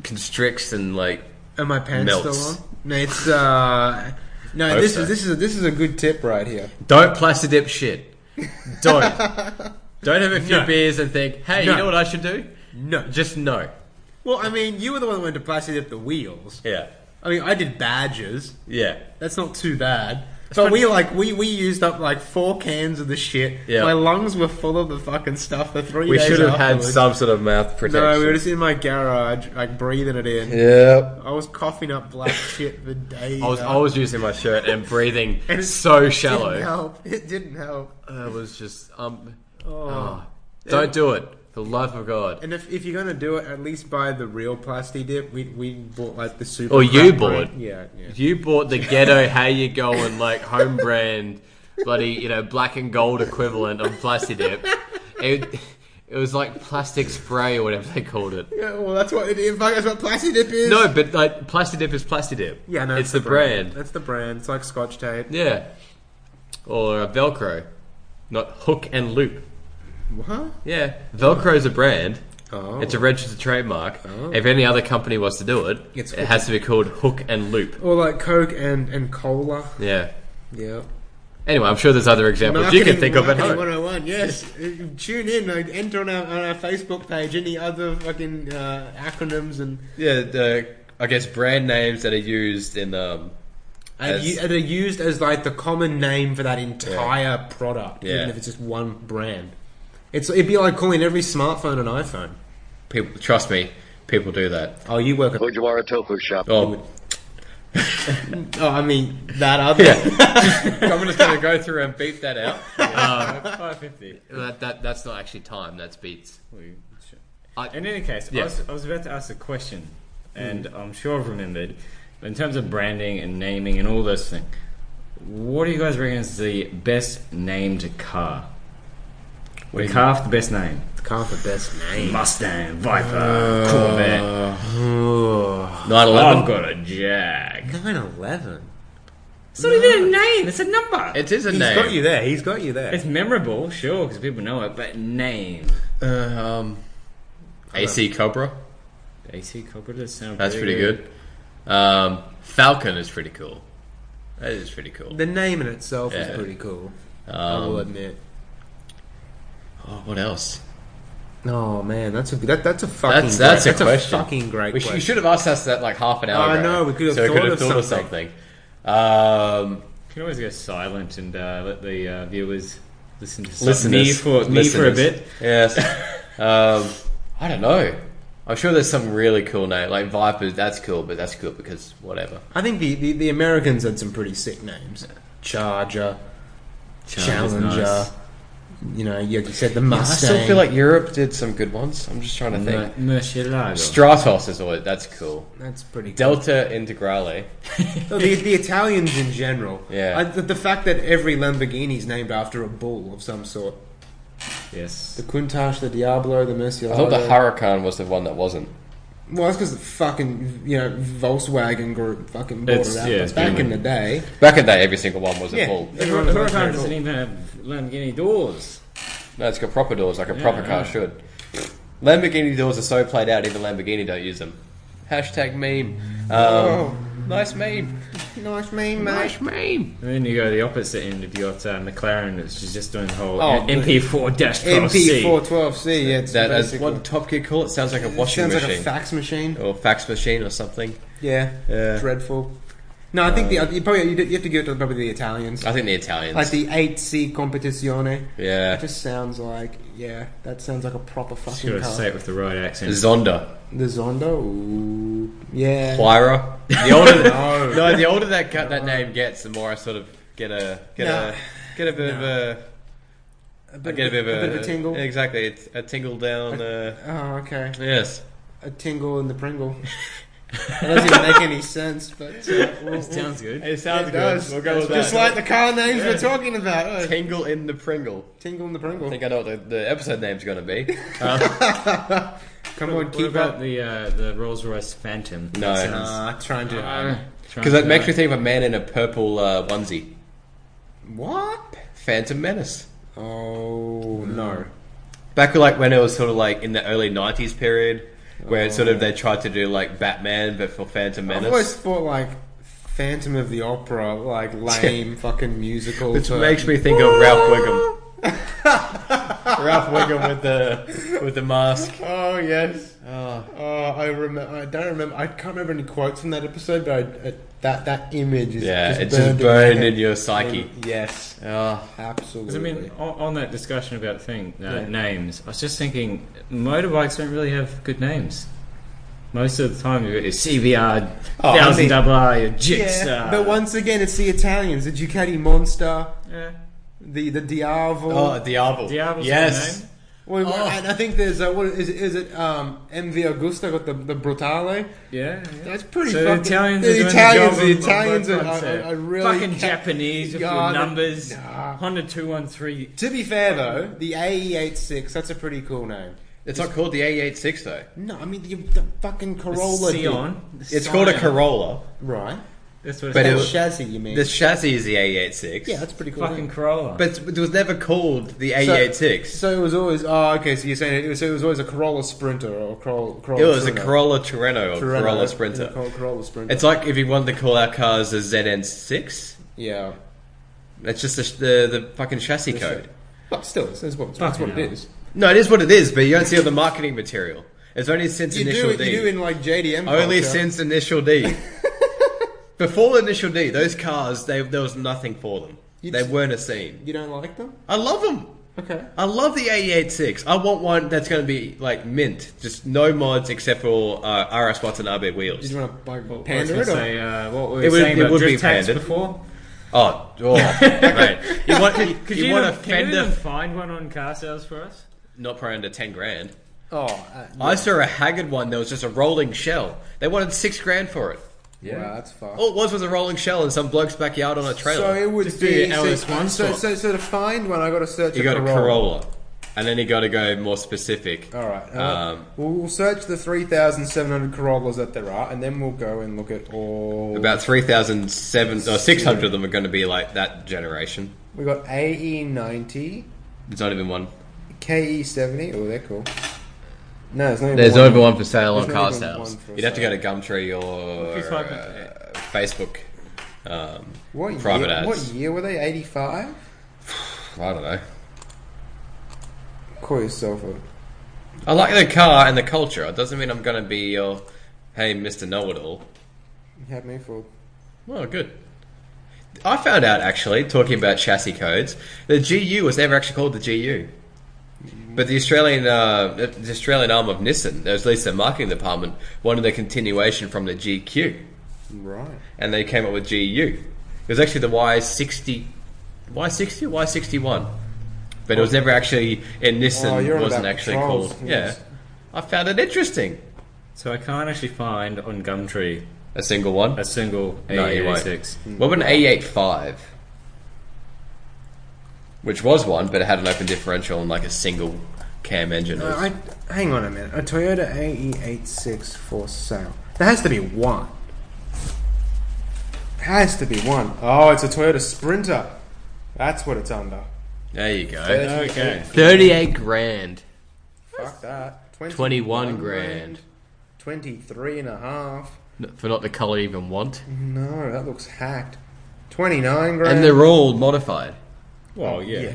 [SPEAKER 2] constricts and like
[SPEAKER 3] Are my pants
[SPEAKER 2] Melts.
[SPEAKER 3] still on? No, it's uh. No,
[SPEAKER 2] Hope
[SPEAKER 3] this
[SPEAKER 2] so.
[SPEAKER 3] is this is a, this is a good tip right here.
[SPEAKER 2] don't plasti dip shit. Don't. don't have a few beers and think, hey, you know what I should do?
[SPEAKER 3] No.
[SPEAKER 2] Just no.
[SPEAKER 3] Well, I mean, you were the one that went to plastic dip the wheels.
[SPEAKER 2] Yeah.
[SPEAKER 3] I mean, I did badges.
[SPEAKER 2] Yeah.
[SPEAKER 3] That's not too bad. But we like we, we used up like four cans of the shit.
[SPEAKER 2] Yeah.
[SPEAKER 3] My lungs were full of the fucking stuff for three
[SPEAKER 2] We
[SPEAKER 3] days
[SPEAKER 2] should have had
[SPEAKER 3] afterwards.
[SPEAKER 2] some sort of mouth protection.
[SPEAKER 3] No, we were just in my garage, like breathing it in.
[SPEAKER 2] yeah.
[SPEAKER 3] I was coughing up black shit for days.
[SPEAKER 2] I was
[SPEAKER 3] after.
[SPEAKER 2] I was using my shirt and breathing
[SPEAKER 3] And it
[SPEAKER 2] so
[SPEAKER 3] Didn't
[SPEAKER 2] shallow.
[SPEAKER 3] help. It didn't help.
[SPEAKER 2] I was just um oh. Don't do it. For the life of God.
[SPEAKER 3] And if, if you're gonna do it, at least buy the real plasti dip. We we bought like the super.
[SPEAKER 2] Or Oh, you
[SPEAKER 3] crap brand.
[SPEAKER 2] bought.
[SPEAKER 3] Yeah, yeah.
[SPEAKER 2] You bought the ghetto how you going like home brand bloody you know black and gold equivalent of plasti dip. It, it was like plastic spray or whatever they called it.
[SPEAKER 3] Yeah, well, that's what it, in fact, that's what plasti dip is.
[SPEAKER 2] No, but like plasti dip is plasti dip.
[SPEAKER 3] Yeah, no,
[SPEAKER 2] it's, the, brand.
[SPEAKER 3] That's the brand. It's like Scotch tape.
[SPEAKER 2] Yeah, or a Velcro, not hook and loop.
[SPEAKER 3] What?
[SPEAKER 2] Yeah, Velcro is a brand.
[SPEAKER 3] Oh,
[SPEAKER 2] It's a registered trademark. If any other company was to do it,
[SPEAKER 3] It's Oh.
[SPEAKER 2] it has to be called hook and loop.
[SPEAKER 3] or like Coke and and cola.
[SPEAKER 2] Yeah.
[SPEAKER 3] Yeah.
[SPEAKER 2] Anyway, I'm sure there's other examples you can think of at
[SPEAKER 3] Marketing
[SPEAKER 2] home.
[SPEAKER 3] 101, yes. Uh, Tune in. Like, enter on our, on our Facebook page any other fucking uh, acronyms and
[SPEAKER 2] Yeah, the I guess brand names that are used in um
[SPEAKER 3] and,
[SPEAKER 2] As-
[SPEAKER 3] u- and are used as like the common name for that entire product,
[SPEAKER 2] Yeah.
[SPEAKER 3] even if it's just one brand. It's it'd be like calling every smartphone an iPhone.
[SPEAKER 2] people. Trust me, people do that.
[SPEAKER 3] Oh, you work. At,
[SPEAKER 1] Fujiwara Tofu Shop.
[SPEAKER 2] Oh,
[SPEAKER 3] oh, I mean that other.
[SPEAKER 2] I'm just gonna go through and beep that out.
[SPEAKER 5] Uh, Five fifty.
[SPEAKER 2] That, that that's not actually time. That's beats. I- Hmm.
[SPEAKER 5] In any case,
[SPEAKER 2] Yeah.
[SPEAKER 5] I, was, I was about to ask a question, and I'm sure I've remembered. But in terms of branding and naming and all those things, what do you guys reckon is the best named car? We carved the best name.
[SPEAKER 3] Can't the best name.
[SPEAKER 5] Mustang, Viper,
[SPEAKER 2] Uh,
[SPEAKER 5] Corvette.
[SPEAKER 3] Uh.
[SPEAKER 2] 9/11.
[SPEAKER 3] Oh.
[SPEAKER 5] I've got a Jag.
[SPEAKER 3] 9-11.
[SPEAKER 5] It's not even a name. It's a number.
[SPEAKER 2] It is a
[SPEAKER 3] He's
[SPEAKER 2] name.
[SPEAKER 3] got you there. He's got you there.
[SPEAKER 5] It's memorable, sure, because people know it. But name.
[SPEAKER 2] Uh, um, AC Cobra.
[SPEAKER 5] AC Cobra does sound.
[SPEAKER 2] That's pretty good. Um, Falcon is pretty cool. That is pretty cool.
[SPEAKER 3] The name in itself
[SPEAKER 2] Yeah.
[SPEAKER 3] is pretty cool. I will
[SPEAKER 2] Um,
[SPEAKER 3] admit.
[SPEAKER 2] oh, what else?
[SPEAKER 3] Oh man, that's a that, that's a fucking
[SPEAKER 2] That's that's,
[SPEAKER 3] great,
[SPEAKER 2] a question.
[SPEAKER 3] fucking great
[SPEAKER 2] We sh- you
[SPEAKER 3] question. Oh,
[SPEAKER 2] should have asked us that like half an hour
[SPEAKER 3] I
[SPEAKER 2] ago.
[SPEAKER 3] know, we could have
[SPEAKER 2] so
[SPEAKER 3] thought
[SPEAKER 2] we could have
[SPEAKER 3] of
[SPEAKER 2] thought
[SPEAKER 3] something.
[SPEAKER 2] of something. Um,
[SPEAKER 5] You can always go silent and uh, let the uh, viewers listen to some-
[SPEAKER 2] listeners,
[SPEAKER 5] me for me for a
[SPEAKER 2] Listeners.
[SPEAKER 5] bit.
[SPEAKER 2] Yes. um, I don't know. I'm sure there's some really cool name like Viper. That's cool, but that's cool because whatever.
[SPEAKER 3] I think the, the, the Americans had some pretty sick names. Charger,
[SPEAKER 5] Charger's
[SPEAKER 3] Challenger,
[SPEAKER 5] nice.
[SPEAKER 3] you know, you you said the
[SPEAKER 2] I
[SPEAKER 3] Mustang.
[SPEAKER 2] still feel like Europe did some good ones. I'm just trying to think.
[SPEAKER 5] Uh, Murcielago.
[SPEAKER 2] Stratos is always that's cool.
[SPEAKER 3] that's pretty. Cool.
[SPEAKER 2] Delta Integrale.
[SPEAKER 3] The, the Italians in general.
[SPEAKER 2] Yeah.
[SPEAKER 3] I, the, the fact that every Lamborghini is named after a bull of some sort. The
[SPEAKER 5] yes.
[SPEAKER 3] Countach, the Diablo, the Murcielago.
[SPEAKER 2] I thought the Huracan was the one that wasn't.
[SPEAKER 3] Well, that's because the fucking you know Volkswagen group fucking bought
[SPEAKER 5] It's-
[SPEAKER 3] it out.
[SPEAKER 5] yeah,
[SPEAKER 3] But
[SPEAKER 5] it's
[SPEAKER 3] back
[SPEAKER 5] German.
[SPEAKER 3] in the day,
[SPEAKER 2] Back in the day, every single one was a
[SPEAKER 3] Yeah.
[SPEAKER 2] bull.
[SPEAKER 3] Everyone
[SPEAKER 5] Huracan
[SPEAKER 3] knows that.
[SPEAKER 5] doesn't even have Lamborghini doors.
[SPEAKER 2] No, it's got proper doors, like a proper
[SPEAKER 5] Yeah,
[SPEAKER 2] car
[SPEAKER 5] yeah.
[SPEAKER 2] should. Lamborghini doors are so played out, even Lamborghini don't use them. Hashtag meme. Um,
[SPEAKER 3] Oh.
[SPEAKER 2] Nice meme.
[SPEAKER 3] nice meme, mate.
[SPEAKER 2] Nice meme.
[SPEAKER 5] And then you go to the opposite end if you got uh, McLaren, which is just doing the whole
[SPEAKER 2] Oh,
[SPEAKER 5] MP4
[SPEAKER 3] MP
[SPEAKER 5] 12C.
[SPEAKER 3] four twelve C. Yeah, it's
[SPEAKER 2] That, as
[SPEAKER 3] basically-
[SPEAKER 2] what Top Gear call it, sounds like a
[SPEAKER 3] It
[SPEAKER 2] washing
[SPEAKER 3] sounds
[SPEAKER 2] machine.
[SPEAKER 3] like a fax machine.
[SPEAKER 2] or fax machine or something.
[SPEAKER 3] Yeah,
[SPEAKER 2] Yeah.
[SPEAKER 3] dreadful. No, I think the the you probably you have to give it to probably the Italians.
[SPEAKER 2] I think the Italians.
[SPEAKER 3] Like the eight C competizione. It
[SPEAKER 2] yeah.
[SPEAKER 3] just sounds like yeah, that sounds like a proper
[SPEAKER 5] Just got
[SPEAKER 3] fucking
[SPEAKER 5] to
[SPEAKER 3] car.
[SPEAKER 5] say it with the right accent.
[SPEAKER 2] Zonda.
[SPEAKER 3] The Zonda, ooh, yeah.
[SPEAKER 2] Huayra. The older,
[SPEAKER 3] No.
[SPEAKER 2] no, the older that cut, that name gets, the more I sort of get a get
[SPEAKER 3] No.
[SPEAKER 2] a get a bit of a
[SPEAKER 3] A
[SPEAKER 2] I
[SPEAKER 3] bit,
[SPEAKER 2] get a bit of a,
[SPEAKER 3] tingle.
[SPEAKER 2] Exactly, it's a tingle down. Uh,
[SPEAKER 3] Oh, okay.
[SPEAKER 2] yes,
[SPEAKER 3] A tingle in the Pringle. that doesn't even make any sense, but uh, we'll-
[SPEAKER 5] It sounds good.
[SPEAKER 2] it sounds
[SPEAKER 3] It
[SPEAKER 2] good.
[SPEAKER 3] does.
[SPEAKER 2] We'll go with that.
[SPEAKER 3] Just like the car names we're talking about. uh,
[SPEAKER 2] tingle in the Pringle.
[SPEAKER 3] Tingle in the
[SPEAKER 2] I
[SPEAKER 3] Pringle.
[SPEAKER 2] think I know what the, the episode name's going to be.
[SPEAKER 3] Come on,
[SPEAKER 5] What
[SPEAKER 3] keep
[SPEAKER 5] about Uh,
[SPEAKER 3] up.
[SPEAKER 5] the uh, the Rolls Royce Phantom?
[SPEAKER 2] No.
[SPEAKER 5] That sounds-
[SPEAKER 2] uh,
[SPEAKER 3] Nah, trying to.
[SPEAKER 2] um,
[SPEAKER 5] Ah, trying
[SPEAKER 2] Because that
[SPEAKER 5] to-
[SPEAKER 2] makes me think of a man in a purple uh, onesie.
[SPEAKER 3] what?
[SPEAKER 2] Phantom Menace.
[SPEAKER 3] Oh no.
[SPEAKER 2] Back like when it was sort of like in the early '90s period, where it's sort of they tried to do like Batman but for Phantom
[SPEAKER 3] I've
[SPEAKER 2] Menace.
[SPEAKER 3] always thought like Phantom of the Opera, like lame fucking musical.
[SPEAKER 2] Which
[SPEAKER 3] to-
[SPEAKER 2] makes me think of Ralph Wiggum. Ralph Wiggum with the with the mask.
[SPEAKER 3] Oh yes.
[SPEAKER 2] Oh,
[SPEAKER 3] Oh, I remember. I don't remember. I can't remember any quotes from that episode, but I, I, that that image is
[SPEAKER 2] yeah,
[SPEAKER 3] just
[SPEAKER 2] it's just
[SPEAKER 3] my
[SPEAKER 2] burned
[SPEAKER 3] head.
[SPEAKER 2] in your psyche.
[SPEAKER 3] Yes,
[SPEAKER 2] Oh,
[SPEAKER 3] absolutely.
[SPEAKER 5] I mean, on, on that discussion about thing uh,
[SPEAKER 3] Yeah.
[SPEAKER 5] names, I was just thinking motorbikes don't really have good names. Most of the time, you got your CBR,
[SPEAKER 3] Oh, I mean-
[SPEAKER 5] thousand double R, your Jitstar.
[SPEAKER 3] yeah, but once again, it's the Italians, the Ducati Monster,
[SPEAKER 5] Yeah.
[SPEAKER 3] the the Diavol.
[SPEAKER 2] oh, Diablo.
[SPEAKER 5] Diablo's
[SPEAKER 2] yes.
[SPEAKER 5] a good name.
[SPEAKER 3] Well,
[SPEAKER 2] Oh.
[SPEAKER 3] And I think there's uh, what is it, is it um, MV Augusta got the, the Brutale.
[SPEAKER 5] Yeah, yeah.
[SPEAKER 3] That's pretty.
[SPEAKER 5] So the
[SPEAKER 3] fucking,
[SPEAKER 5] Italians are
[SPEAKER 3] the
[SPEAKER 5] doing the
[SPEAKER 3] Italians,
[SPEAKER 5] job
[SPEAKER 3] the
[SPEAKER 5] of- of
[SPEAKER 3] Italians
[SPEAKER 5] both
[SPEAKER 3] are, are,
[SPEAKER 5] concepts.
[SPEAKER 3] are, really
[SPEAKER 5] Fucking
[SPEAKER 3] ca-
[SPEAKER 5] Japanese with your
[SPEAKER 3] God,
[SPEAKER 5] numbers.
[SPEAKER 3] nah.
[SPEAKER 5] Honda two one three.
[SPEAKER 3] To be fair though, the AE86 that's a pretty cool name.
[SPEAKER 2] It's not called the A86 though.
[SPEAKER 3] No, I mean the, the fucking Corolla. thing.
[SPEAKER 5] Scion.
[SPEAKER 2] It's called a
[SPEAKER 5] Scion.
[SPEAKER 2] Corolla.
[SPEAKER 3] right?
[SPEAKER 5] That's what it's
[SPEAKER 2] But
[SPEAKER 5] called.
[SPEAKER 2] it
[SPEAKER 3] That
[SPEAKER 2] was-
[SPEAKER 3] chassis, you mean?
[SPEAKER 2] The chassis is the A86.
[SPEAKER 3] yeah, that's a pretty cool.
[SPEAKER 5] fucking
[SPEAKER 3] name.
[SPEAKER 5] Corolla.
[SPEAKER 2] but it was never called the E A86.
[SPEAKER 3] So it was always. Oh, okay. So you're saying it was, so it was always a Corolla Sprinter or a Corolla. Corolla
[SPEAKER 2] it was a
[SPEAKER 3] Turbo.
[SPEAKER 2] Corolla Torino or
[SPEAKER 3] Turbo.
[SPEAKER 2] Corolla
[SPEAKER 3] Yeah,
[SPEAKER 2] Sprinter.
[SPEAKER 3] Cor- Corolla Sprinter.
[SPEAKER 2] It's like if you wanted to call our cars a ZN6.
[SPEAKER 3] yeah.
[SPEAKER 2] That's just the, the, the fucking chassis code.
[SPEAKER 3] But still, it's, it's what, that's what it is.
[SPEAKER 2] No, it is what it is, but you don't see all the marketing material. It's only since
[SPEAKER 3] You do,
[SPEAKER 2] initial
[SPEAKER 3] you
[SPEAKER 2] D.
[SPEAKER 3] do in like JDM.
[SPEAKER 2] only
[SPEAKER 3] culture.
[SPEAKER 2] since initial D. Before initial D, those cars, they, there was nothing for them.
[SPEAKER 3] You
[SPEAKER 2] they
[SPEAKER 3] just-
[SPEAKER 2] weren't a scene.
[SPEAKER 3] you don't like them.
[SPEAKER 2] I love them.
[SPEAKER 3] Okay.
[SPEAKER 2] I love the AE86. I want one that's going to be like mint, just no mods except for uh, RS Watson RB
[SPEAKER 3] Did
[SPEAKER 2] wheels.
[SPEAKER 3] you want to like,
[SPEAKER 5] Well, I was
[SPEAKER 3] pander
[SPEAKER 5] gonna
[SPEAKER 3] it? Or?
[SPEAKER 5] say, uh, what we were
[SPEAKER 2] It would-
[SPEAKER 5] saying
[SPEAKER 2] it
[SPEAKER 5] about
[SPEAKER 2] would be
[SPEAKER 5] drift tanks
[SPEAKER 2] pandered.
[SPEAKER 5] before.
[SPEAKER 2] Oh, oh right. You want you,
[SPEAKER 5] Could
[SPEAKER 2] you
[SPEAKER 5] you,
[SPEAKER 2] want a
[SPEAKER 5] even- can you
[SPEAKER 2] Fender,
[SPEAKER 5] even find one on car sales for us?
[SPEAKER 2] not probably under ten grand.
[SPEAKER 3] oh, uh,
[SPEAKER 2] I saw a Haggard one that was just a rolling shell. They wanted six grand for it.
[SPEAKER 3] yeah, that's fine.
[SPEAKER 2] All it was was a rolling shell in some bloke's backyard on a
[SPEAKER 3] so
[SPEAKER 2] trailer.
[SPEAKER 3] it would
[SPEAKER 5] Just do
[SPEAKER 3] be
[SPEAKER 5] your LS
[SPEAKER 3] so,
[SPEAKER 5] one
[SPEAKER 3] so,
[SPEAKER 5] swap.
[SPEAKER 3] so, so to find one, I got to search.
[SPEAKER 2] you
[SPEAKER 3] a
[SPEAKER 2] got
[SPEAKER 3] Corolla.
[SPEAKER 2] a Corolla, and then you got to go more specific.
[SPEAKER 3] All right. Uh,
[SPEAKER 2] Um,
[SPEAKER 3] we'll, we'll search the three thousand seven hundred Corollas that there are, and then we'll go and look at all.
[SPEAKER 2] About three thousand seven or six hundred of them are going to be like that generation.
[SPEAKER 3] we got AE ninety,
[SPEAKER 2] There's not even one.
[SPEAKER 3] KE seventy. Oh, they're cool. No, there's no.
[SPEAKER 2] There's not even one for sale on
[SPEAKER 3] There's not
[SPEAKER 2] car
[SPEAKER 3] even
[SPEAKER 2] sales.
[SPEAKER 3] one for
[SPEAKER 2] You'd have to go
[SPEAKER 3] sale.
[SPEAKER 2] to Gumtree or
[SPEAKER 5] If you type
[SPEAKER 2] uh, Facebook. Um,
[SPEAKER 3] What
[SPEAKER 2] private
[SPEAKER 3] year,
[SPEAKER 2] ads.
[SPEAKER 3] What year were they? Eighty five.
[SPEAKER 2] I don't know.
[SPEAKER 3] Call yourself a.
[SPEAKER 2] I like the car and the culture. It doesn't mean I'm going to be your hey, Mister Know It All.
[SPEAKER 3] You had me fooled.
[SPEAKER 2] Well, good. I found out actually, talking about chassis codes, the GU was never actually called the GU. But the Australian, uh, the Australian arm of Nissan, or at least their marketing department, wanted a continuation from the GQ,
[SPEAKER 3] Right.
[SPEAKER 2] and they came up with GU. It was actually the Y60, Y60, Y61. But it was never actually, and
[SPEAKER 3] Oh,
[SPEAKER 2] Nissan
[SPEAKER 3] you're on
[SPEAKER 2] wasn't
[SPEAKER 3] about
[SPEAKER 2] actually
[SPEAKER 3] trolls,
[SPEAKER 2] called.
[SPEAKER 3] yes.
[SPEAKER 2] Yeah. I found it interesting.
[SPEAKER 5] So I can't actually find on Gumtree
[SPEAKER 2] A single one.
[SPEAKER 5] a single
[SPEAKER 2] No, you won't.
[SPEAKER 5] A86.
[SPEAKER 2] What about an A85? Which was one, but it had an open differential and like a single cam engine. It was-
[SPEAKER 6] Uh, I, hang on a minute. A E Toyota AE86 for sale. There has to be one.
[SPEAKER 3] Has to be one. Oh, it's a Toyota Sprinter. That's what it's under.
[SPEAKER 2] there you go.
[SPEAKER 5] Okay.
[SPEAKER 2] 38 grand.
[SPEAKER 3] Fuck that. 20,
[SPEAKER 2] 21 grand.
[SPEAKER 3] 23 and a half.
[SPEAKER 2] N- For not the colour you even want.
[SPEAKER 3] No, that looks hacked. 29 grand.
[SPEAKER 2] And they're all modified.
[SPEAKER 5] Well, yeah.
[SPEAKER 3] Yeah.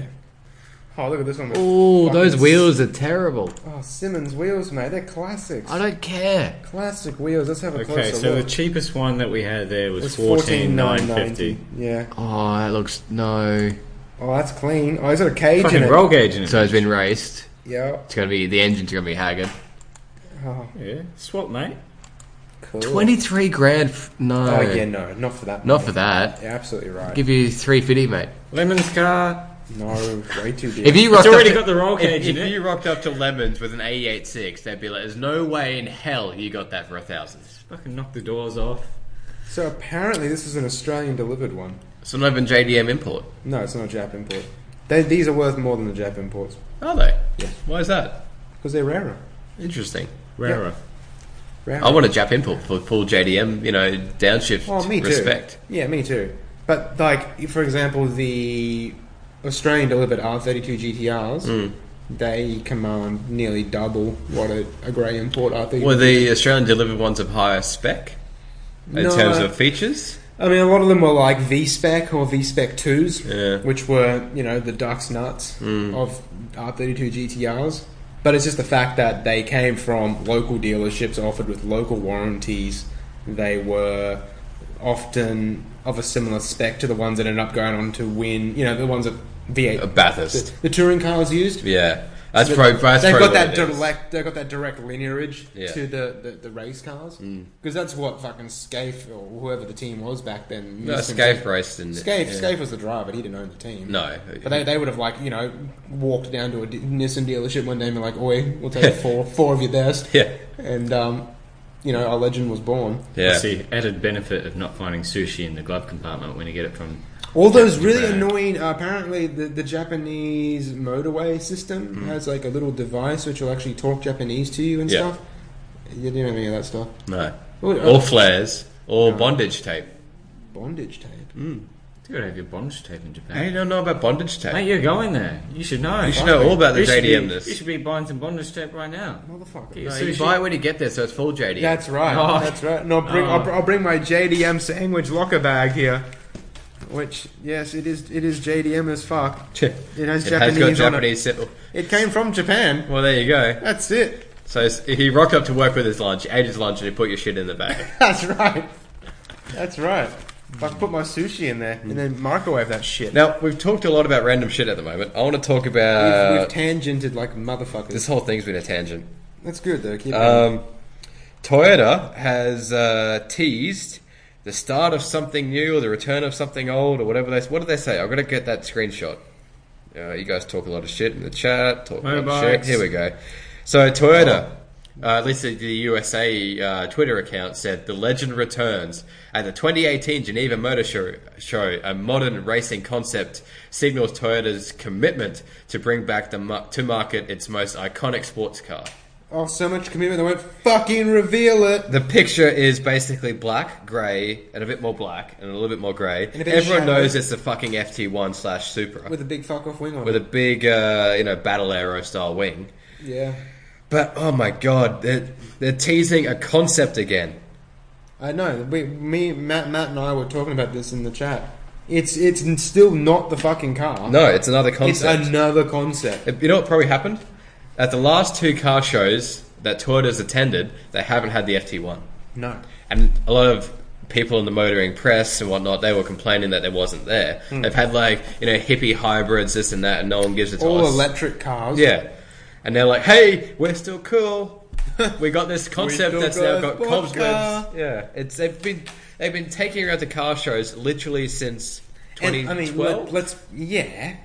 [SPEAKER 3] Oh, look at this one. with
[SPEAKER 2] Oh,
[SPEAKER 3] fucking
[SPEAKER 2] those
[SPEAKER 3] s-
[SPEAKER 2] wheels are terrible.
[SPEAKER 3] Oh, Simmons wheels, mate. They're classics.
[SPEAKER 2] I don't care.
[SPEAKER 3] Classic wheels. Let's have a
[SPEAKER 5] Okay,
[SPEAKER 3] closer
[SPEAKER 5] so the
[SPEAKER 3] look.
[SPEAKER 5] cheapest one that we had there was,
[SPEAKER 3] It's
[SPEAKER 5] fourteen nine
[SPEAKER 3] 14,990.
[SPEAKER 5] fifty.
[SPEAKER 3] Yeah.
[SPEAKER 2] Oh, that looks no.
[SPEAKER 3] Oh, that's clean. Oh, he's got a cage in
[SPEAKER 5] Fucking
[SPEAKER 3] it.
[SPEAKER 5] roll gauge in it.
[SPEAKER 2] So it's been raced.
[SPEAKER 3] Yeah.
[SPEAKER 2] It's gonna be the engine's gonna be haggard.
[SPEAKER 3] Oh,
[SPEAKER 5] yeah. Swap, mate.
[SPEAKER 3] cool.
[SPEAKER 2] Twenty-three grand. F- no,
[SPEAKER 3] Oh, yeah, no. Not for that.
[SPEAKER 2] not for that.
[SPEAKER 3] You're absolutely right.
[SPEAKER 2] Give you three fifty, mate.
[SPEAKER 5] Lemon's car.
[SPEAKER 3] No, way too dear.
[SPEAKER 2] If you
[SPEAKER 5] It's
[SPEAKER 2] rocked
[SPEAKER 5] already
[SPEAKER 2] up to,
[SPEAKER 5] got the roll
[SPEAKER 2] if,
[SPEAKER 5] cage in
[SPEAKER 2] if
[SPEAKER 5] it.
[SPEAKER 2] you rocked up to Lemons with an A86, they'd be like, "There's no way in hell you got that for a thousand.
[SPEAKER 5] Fucking knock the doors off.
[SPEAKER 3] So apparently, this is an Australian delivered one.
[SPEAKER 2] It's not even JDM import,
[SPEAKER 3] No, it's not a Jap import. They, these are worth more than the Jap imports
[SPEAKER 2] are they?
[SPEAKER 3] Yeah.
[SPEAKER 2] Why is that?
[SPEAKER 3] because they're rarer.
[SPEAKER 2] Interesting.
[SPEAKER 5] Rarer.
[SPEAKER 3] rarer.
[SPEAKER 2] I want a Jap import for full JDM. You know, downshift.
[SPEAKER 3] Oh, me too.
[SPEAKER 2] respect.
[SPEAKER 3] Yeah, me too. But like, for example, the Australian delivered R32 GTRs, they command nearly double what a, a grey import R32.
[SPEAKER 2] Were the Australian delivered ones of higher spec in
[SPEAKER 3] No,
[SPEAKER 2] terms
[SPEAKER 3] I-
[SPEAKER 2] of features?
[SPEAKER 3] I mean, a lot of them were like V Spec or V Spec 2s,
[SPEAKER 2] Yeah. Mm.
[SPEAKER 3] which were, you know, the duck's nuts of R32 GTRs. But it's just the fact that they came from local dealerships offered with local warranties. They were often of a similar spec to the ones that ended up going on to win, you know, the ones that V8,
[SPEAKER 2] A Bathurst.
[SPEAKER 3] the, the touring cars used.
[SPEAKER 2] Yeah, that's pro. That's
[SPEAKER 3] they've
[SPEAKER 2] pro
[SPEAKER 3] got
[SPEAKER 2] what
[SPEAKER 3] that
[SPEAKER 2] it is.
[SPEAKER 3] direct. They've got that direct lineage
[SPEAKER 2] Yeah. Mm.
[SPEAKER 3] to the, the, the race cars because that's what fucking Scaife or whoever the team was back then.
[SPEAKER 2] No,
[SPEAKER 3] Nissan-
[SPEAKER 2] Scaife raced in
[SPEAKER 3] Scaife,
[SPEAKER 2] yeah.
[SPEAKER 3] Scaife was the driver. He didn't own the team.
[SPEAKER 2] No,
[SPEAKER 3] But they, they would have like you know walked down to a D- Nissan dealership one day and been like, "Oi, we'll take four four of your best,"
[SPEAKER 2] yeah,
[SPEAKER 3] and um, you know our legend was born.
[SPEAKER 2] yeah.
[SPEAKER 5] That's the added benefit of not finding sushi in the glove compartment when you get it from.
[SPEAKER 3] All those really
[SPEAKER 5] brand.
[SPEAKER 3] annoying. Uh, apparently, the, the Japanese motorway system has like a little device which will actually talk Japanese to you and
[SPEAKER 2] Yeah. oh.
[SPEAKER 3] stuff. You didn't have any of that stuff.
[SPEAKER 2] No,
[SPEAKER 3] Well,
[SPEAKER 2] or flares, or bondage tape.
[SPEAKER 3] Bondage tape.
[SPEAKER 5] You gotta have your bondage tape in Japan.
[SPEAKER 2] Hey, you don't know about bondage tape.
[SPEAKER 5] Mate, you're going there. You should know. You
[SPEAKER 2] should know all about the
[SPEAKER 5] should be-
[SPEAKER 2] JDM this.
[SPEAKER 5] You should be buying some bondage tape right now.
[SPEAKER 3] Motherfucker.
[SPEAKER 5] Get your
[SPEAKER 2] No, you
[SPEAKER 5] sushi.
[SPEAKER 2] buy it when you get there, so it's full JD.
[SPEAKER 3] That's right.
[SPEAKER 5] Oh.
[SPEAKER 3] That's right. No, bring, I'll, br- I'll bring my JDM sandwich locker bag here. Which yes, it is. It is JDM as fuck.
[SPEAKER 2] it
[SPEAKER 3] It has
[SPEAKER 2] has
[SPEAKER 3] Japanese.
[SPEAKER 2] got
[SPEAKER 3] on it.
[SPEAKER 2] Japanese. sit-
[SPEAKER 3] It came from Japan.
[SPEAKER 2] Well, there you go.
[SPEAKER 3] That's it.
[SPEAKER 2] So s- he rocked up to work with his lunch, ate his lunch, and he put your shit in the bag.
[SPEAKER 3] That's right. That's right. I put my sushi in there and then microwave that shit.
[SPEAKER 2] now we've talked a lot about random shit at the moment. I want to talk about
[SPEAKER 3] we've, we've tangented like motherfuckers.
[SPEAKER 2] Uh, this whole thing's been a tangent.
[SPEAKER 3] That's good though. Keep going.
[SPEAKER 2] Um, Toyota has uh, teased the start of something new or the return of something old or whatever they. What did they say? I've got to get that screenshot. Uh, you guys talk a lot of shit in the chat. Talk a lot of shit.
[SPEAKER 5] Motorbikes.
[SPEAKER 2] Here we go. So Toyota, uh, at least the the USA uh, Twitter account said the legend returns at the 2018 Geneva Motor Show. Show a modern racing concept signals Toyota's commitment to bring back the mar- to market its most iconic sports car.
[SPEAKER 3] oh, so much commitment. They won't fucking reveal it.
[SPEAKER 2] The picture is basically black, grey, and a bit more black, and a little bit more grey.
[SPEAKER 3] a bit of
[SPEAKER 2] Everyone
[SPEAKER 3] shadow.
[SPEAKER 2] knows it's the fucking FT1 slash Supra with,
[SPEAKER 3] With a big fuck off wing on
[SPEAKER 2] a
[SPEAKER 3] it.
[SPEAKER 2] big, uh, you know, battle arrow style wing.
[SPEAKER 3] Yeah.
[SPEAKER 2] But oh my god, they're, they're teasing a concept again.
[SPEAKER 3] I know. We, me, Matt, Matt, and I were talking about this in the chat. It's it's n- still not the fucking car.
[SPEAKER 2] No, it's another
[SPEAKER 3] it's
[SPEAKER 2] concept. Uh,
[SPEAKER 3] another concept.
[SPEAKER 2] You know what probably happened? At the last two car shows that Toyota's attended, they haven't had the FT1.
[SPEAKER 3] No.
[SPEAKER 2] and a lot of people in the motoring press and whatnot they were complaining that it wasn't there
[SPEAKER 3] Hmm.
[SPEAKER 2] they've had like you know hippie hybrids this and that and no one gives it to
[SPEAKER 3] All
[SPEAKER 2] us
[SPEAKER 3] electric cars.
[SPEAKER 2] yeah and they're like hey we're still cool we got this concept
[SPEAKER 3] still
[SPEAKER 2] that's now
[SPEAKER 3] got
[SPEAKER 2] got
[SPEAKER 3] a sports car."
[SPEAKER 2] cobwebs yeah it's they've been they've been taking her out to car shows literally since
[SPEAKER 3] And, I mean,
[SPEAKER 2] 2012
[SPEAKER 3] let, us Yeah.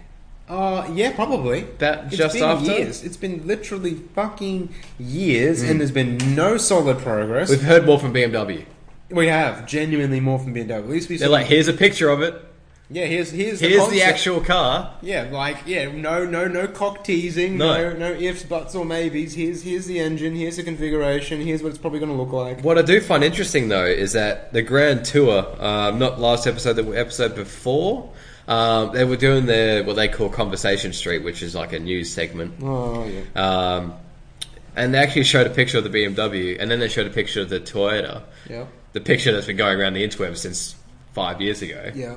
[SPEAKER 3] Uh, yeah, probably.
[SPEAKER 1] That
[SPEAKER 3] It's
[SPEAKER 1] just
[SPEAKER 3] been
[SPEAKER 1] after.
[SPEAKER 3] years. It's been literally fucking years, and there's been no solid progress.
[SPEAKER 2] We've heard more from BMW.
[SPEAKER 3] we have genuinely more from BMW. At least we
[SPEAKER 2] They're like, here's a picture of it.
[SPEAKER 3] yeah, here's here's
[SPEAKER 2] Here's the
[SPEAKER 3] concept.
[SPEAKER 2] actual car.
[SPEAKER 3] Yeah, like yeah, no, no, no cock teasing,
[SPEAKER 2] No.
[SPEAKER 3] no, no, ifs, buts, or maybes. Here's here's the engine. Here's the configuration. Here's what it's probably going to look like.
[SPEAKER 2] What I do find interesting though is that the Grand Tour, um, not last episode, the episode before, um, they were doing their what they call Conversation Street, which is like a news segment.
[SPEAKER 3] Oh yeah,
[SPEAKER 2] Um, and they actually showed a picture of the BMW, and then they showed a picture of the Toyota.
[SPEAKER 3] yeah,
[SPEAKER 2] The picture that's been going around the interweb since five years ago,
[SPEAKER 3] yeah.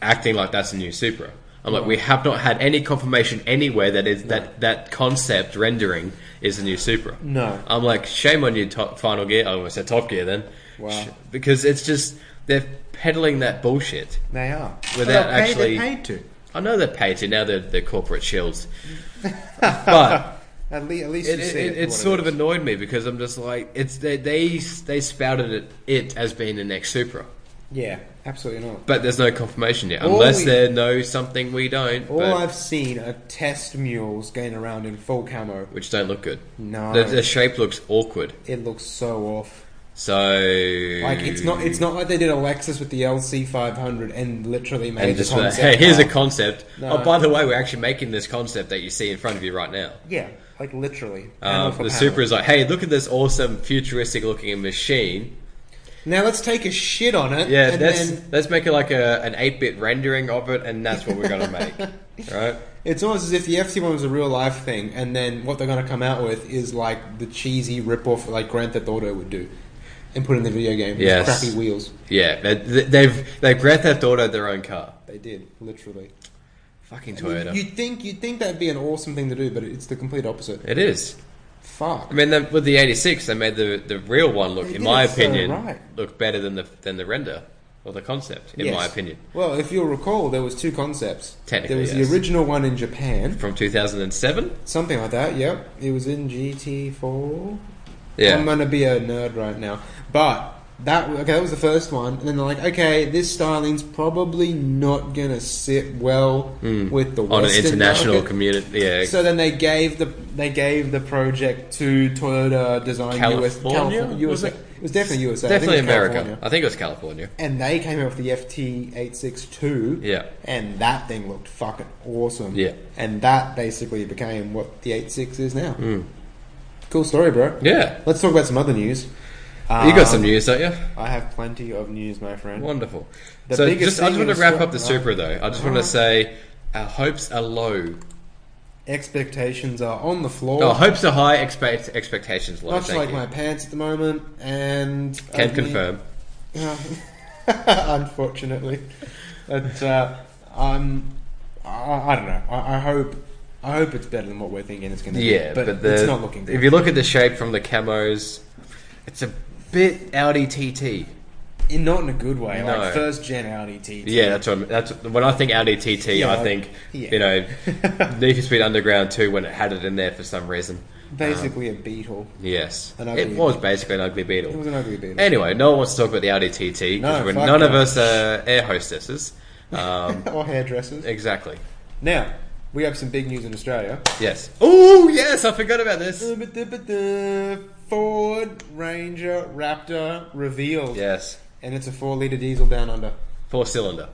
[SPEAKER 2] acting like that's a new Supra. I'm
[SPEAKER 3] Oh.
[SPEAKER 2] like, we have not had any confirmation anywhere that is that that concept rendering is a new Supra.
[SPEAKER 3] No.
[SPEAKER 2] I'm like, shame on you, top, Final Gear. Oh, I almost said Top Gear then,
[SPEAKER 3] Wow.
[SPEAKER 2] Sh- because it's just they're peddling that bullshit.
[SPEAKER 3] They are
[SPEAKER 2] Without
[SPEAKER 3] they're paid,
[SPEAKER 2] actually-
[SPEAKER 3] they're paid to.
[SPEAKER 2] I know they're paid to now; they're, they're corporate shills, but.
[SPEAKER 3] At, le- at least
[SPEAKER 2] it,
[SPEAKER 3] you
[SPEAKER 2] it,
[SPEAKER 3] see
[SPEAKER 2] it,
[SPEAKER 3] it.
[SPEAKER 2] it sort of annoyed me because I'm just like it's they they, they spouted it, it as being the next Supra,
[SPEAKER 3] yeah, absolutely not.
[SPEAKER 2] but there's no confirmation yet
[SPEAKER 3] All
[SPEAKER 2] unless
[SPEAKER 3] we-
[SPEAKER 2] they know something we don't,
[SPEAKER 3] All
[SPEAKER 2] but-
[SPEAKER 3] I've seen are test mules going around in full camo.
[SPEAKER 2] which don't look good.
[SPEAKER 3] No,
[SPEAKER 2] The, the shape looks awkward,
[SPEAKER 3] it looks so off.
[SPEAKER 2] so
[SPEAKER 3] Like it's not. It's not like they did a Lexus with the LC five hundred and literally made
[SPEAKER 2] and
[SPEAKER 3] the
[SPEAKER 2] just like,
[SPEAKER 3] concept.
[SPEAKER 2] hey, here's a
[SPEAKER 3] car.
[SPEAKER 2] concept.
[SPEAKER 3] No.
[SPEAKER 2] Oh, by the way, we're actually making this concept that you see in front of you right now.
[SPEAKER 3] yeah, like literally.
[SPEAKER 2] Um,
[SPEAKER 3] panel for
[SPEAKER 2] the
[SPEAKER 3] panel.
[SPEAKER 2] Supra is like, hey, look at this awesome, futuristic-looking machine.
[SPEAKER 3] Now let's take a shit on it.
[SPEAKER 2] Yeah,
[SPEAKER 3] and
[SPEAKER 2] let's
[SPEAKER 3] then
[SPEAKER 2] let's make it like a, an eight-bit rendering of it, and that's what we're gonna make, right?
[SPEAKER 3] it's almost as if the FC one was a real life thing, and then what they're going to come out with is like the cheesy rip off like Grand Theft Auto would do, and put in the video game. with
[SPEAKER 2] Yes.
[SPEAKER 3] crappy wheels.
[SPEAKER 2] Yeah, they- they've they've Grand Theft Auto their own car.
[SPEAKER 3] They did literally.
[SPEAKER 2] Fucking
[SPEAKER 3] I mean,
[SPEAKER 2] Toyota.
[SPEAKER 3] You'd think you'd think that'd be an awesome thing to do, but it's the complete opposite.
[SPEAKER 2] it is.
[SPEAKER 3] Fuck.
[SPEAKER 2] I mean, the, with the '86, they made the the real one look,
[SPEAKER 3] They
[SPEAKER 2] in
[SPEAKER 3] did
[SPEAKER 2] my
[SPEAKER 3] it so
[SPEAKER 2] opinion,
[SPEAKER 3] right.
[SPEAKER 2] look better than the than the render or the concept, in
[SPEAKER 3] Yes.
[SPEAKER 2] my opinion,
[SPEAKER 3] Well, if you'll recall, there was two concepts.
[SPEAKER 2] Technically,
[SPEAKER 3] there was
[SPEAKER 2] yes.
[SPEAKER 3] the original one in Japan,
[SPEAKER 2] from 2007.
[SPEAKER 3] something like that. Yep, it was in GT4.
[SPEAKER 2] Yeah,
[SPEAKER 3] I'm gonna be a nerd right now, but that okay, that was the first one, and then they're like, okay, this styling's probably not gonna sit well
[SPEAKER 2] Mm.
[SPEAKER 3] with the
[SPEAKER 2] on an
[SPEAKER 3] Western
[SPEAKER 2] international
[SPEAKER 3] market.
[SPEAKER 2] community. Yeah,
[SPEAKER 3] So then they gave the they gave the project to Toyota Design US,
[SPEAKER 2] California?
[SPEAKER 3] California,
[SPEAKER 2] Was
[SPEAKER 3] USA.
[SPEAKER 2] it?
[SPEAKER 3] It? was definitely USA, I think
[SPEAKER 2] definitely
[SPEAKER 3] it was
[SPEAKER 2] America.
[SPEAKER 3] California.
[SPEAKER 2] I think it was California.
[SPEAKER 3] And they came out with the FT eight six two.
[SPEAKER 2] Yeah.
[SPEAKER 3] And that thing looked fucking awesome.
[SPEAKER 2] Yeah.
[SPEAKER 3] And that basically became what the 86 is now. Cool story, bro.
[SPEAKER 2] Mm. Yeah,
[SPEAKER 3] Let's talk about some other news.
[SPEAKER 2] you got
[SPEAKER 3] Um,
[SPEAKER 2] some news, don't you?
[SPEAKER 3] I have plenty of news, my friend.
[SPEAKER 2] Wonderful.
[SPEAKER 3] The
[SPEAKER 2] so,
[SPEAKER 3] biggest
[SPEAKER 2] just I just
[SPEAKER 3] thing
[SPEAKER 2] want to
[SPEAKER 3] is-
[SPEAKER 2] wrap up the
[SPEAKER 3] right.
[SPEAKER 2] Supra though. I just want to say, our hopes are low.
[SPEAKER 3] Expectations are on the floor.
[SPEAKER 2] Oh, hopes are high, expect expectations low.
[SPEAKER 3] much
[SPEAKER 2] Thank
[SPEAKER 3] like
[SPEAKER 2] you.
[SPEAKER 3] my pants at the moment, and I
[SPEAKER 2] Can
[SPEAKER 3] mean-
[SPEAKER 2] confirm.
[SPEAKER 3] unfortunately. But uh, um, I, I don't know. I, I hope I hope it's better than what we're thinking it's going to
[SPEAKER 2] Yeah,
[SPEAKER 3] be.
[SPEAKER 2] but,
[SPEAKER 3] but,
[SPEAKER 2] the,
[SPEAKER 3] it's not looking
[SPEAKER 2] If
[SPEAKER 3] good.
[SPEAKER 2] you look at the shape from the camos, it's a bit Audi TT.
[SPEAKER 3] In- not in a good way.
[SPEAKER 2] No.
[SPEAKER 3] Like first gen Audi TT.
[SPEAKER 2] Yeah, that's what I'm, that's when I think Audi TT, I
[SPEAKER 3] Yeah.
[SPEAKER 2] think
[SPEAKER 3] Yeah.
[SPEAKER 2] you know Need for Speed Underground 2 when it had it in there for some reason.
[SPEAKER 3] basically a Beetle.
[SPEAKER 2] Yes,
[SPEAKER 3] An
[SPEAKER 2] it
[SPEAKER 3] ugly-
[SPEAKER 2] was basically an ugly
[SPEAKER 3] It
[SPEAKER 2] Beetle.
[SPEAKER 3] was an ugly Beetle.
[SPEAKER 2] Anyway, no one wants to talk about the Audi TT because
[SPEAKER 3] No,
[SPEAKER 2] we're
[SPEAKER 3] fuck
[SPEAKER 2] none of
[SPEAKER 3] no.
[SPEAKER 2] us are air hostesses. Um,
[SPEAKER 3] or hairdressers.
[SPEAKER 2] exactly.
[SPEAKER 3] Now we have some big news in Australia.
[SPEAKER 2] Yes. Oh yes, I forgot about this.
[SPEAKER 3] Ford Ranger Raptor revealed,
[SPEAKER 2] Yes,
[SPEAKER 3] and it's a four-liter diesel down under.
[SPEAKER 2] four cylinder,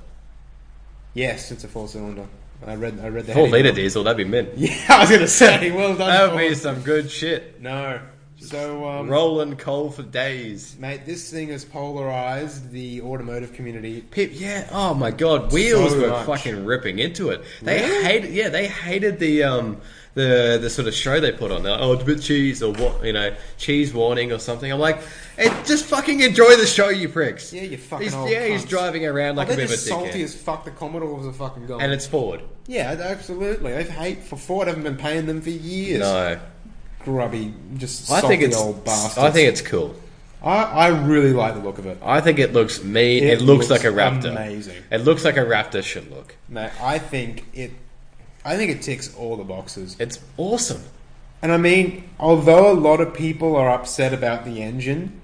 [SPEAKER 3] Yes, it's a four-cylinder. I read. I read the
[SPEAKER 2] four
[SPEAKER 3] heading.
[SPEAKER 2] liter diesel. That'd be mint.
[SPEAKER 3] Yeah, I was gonna say. Well done.
[SPEAKER 2] That would
[SPEAKER 3] Paul.
[SPEAKER 2] be some good shit.
[SPEAKER 3] No. So, um,
[SPEAKER 2] Rolling coal for days.
[SPEAKER 3] mate, this thing has polarized the automotive community.
[SPEAKER 2] Pip, yeah. Oh my god, wheels
[SPEAKER 3] So
[SPEAKER 2] were
[SPEAKER 3] much.
[SPEAKER 2] fucking ripping into it. They hated, yeah, they hated the um the the sort of show they put on. They're like, oh, it's a bit cheese or what, you know, cheese warning or something. I'm like, hey, just fucking enjoy the show, you pricks.
[SPEAKER 3] Yeah, you fucking
[SPEAKER 2] He's,
[SPEAKER 3] old
[SPEAKER 2] yeah, he's
[SPEAKER 3] cunts.
[SPEAKER 2] driving around like
[SPEAKER 3] Oh,
[SPEAKER 2] a
[SPEAKER 3] they're
[SPEAKER 2] bit of a
[SPEAKER 3] just salty
[SPEAKER 2] dickhead,
[SPEAKER 3] as fuck. The Commodores are fucking gone.
[SPEAKER 2] and it's Ford.
[SPEAKER 3] yeah, absolutely. They've hate for Ford. Haven't been paying them for years.
[SPEAKER 2] No,
[SPEAKER 3] Grubby, just
[SPEAKER 2] I
[SPEAKER 3] salty
[SPEAKER 2] think it's
[SPEAKER 3] old bastards.
[SPEAKER 2] I think it's cool.
[SPEAKER 3] I, I really like the look of it.
[SPEAKER 2] I think it looks mean. It,
[SPEAKER 3] It
[SPEAKER 2] looks,
[SPEAKER 3] looks
[SPEAKER 2] like a raptor.
[SPEAKER 3] amazing.
[SPEAKER 2] It looks like a raptor should look.
[SPEAKER 3] Mate, I think it. I think it ticks all the boxes.
[SPEAKER 2] It's awesome.
[SPEAKER 3] And I mean, although a lot of people are upset about the engine,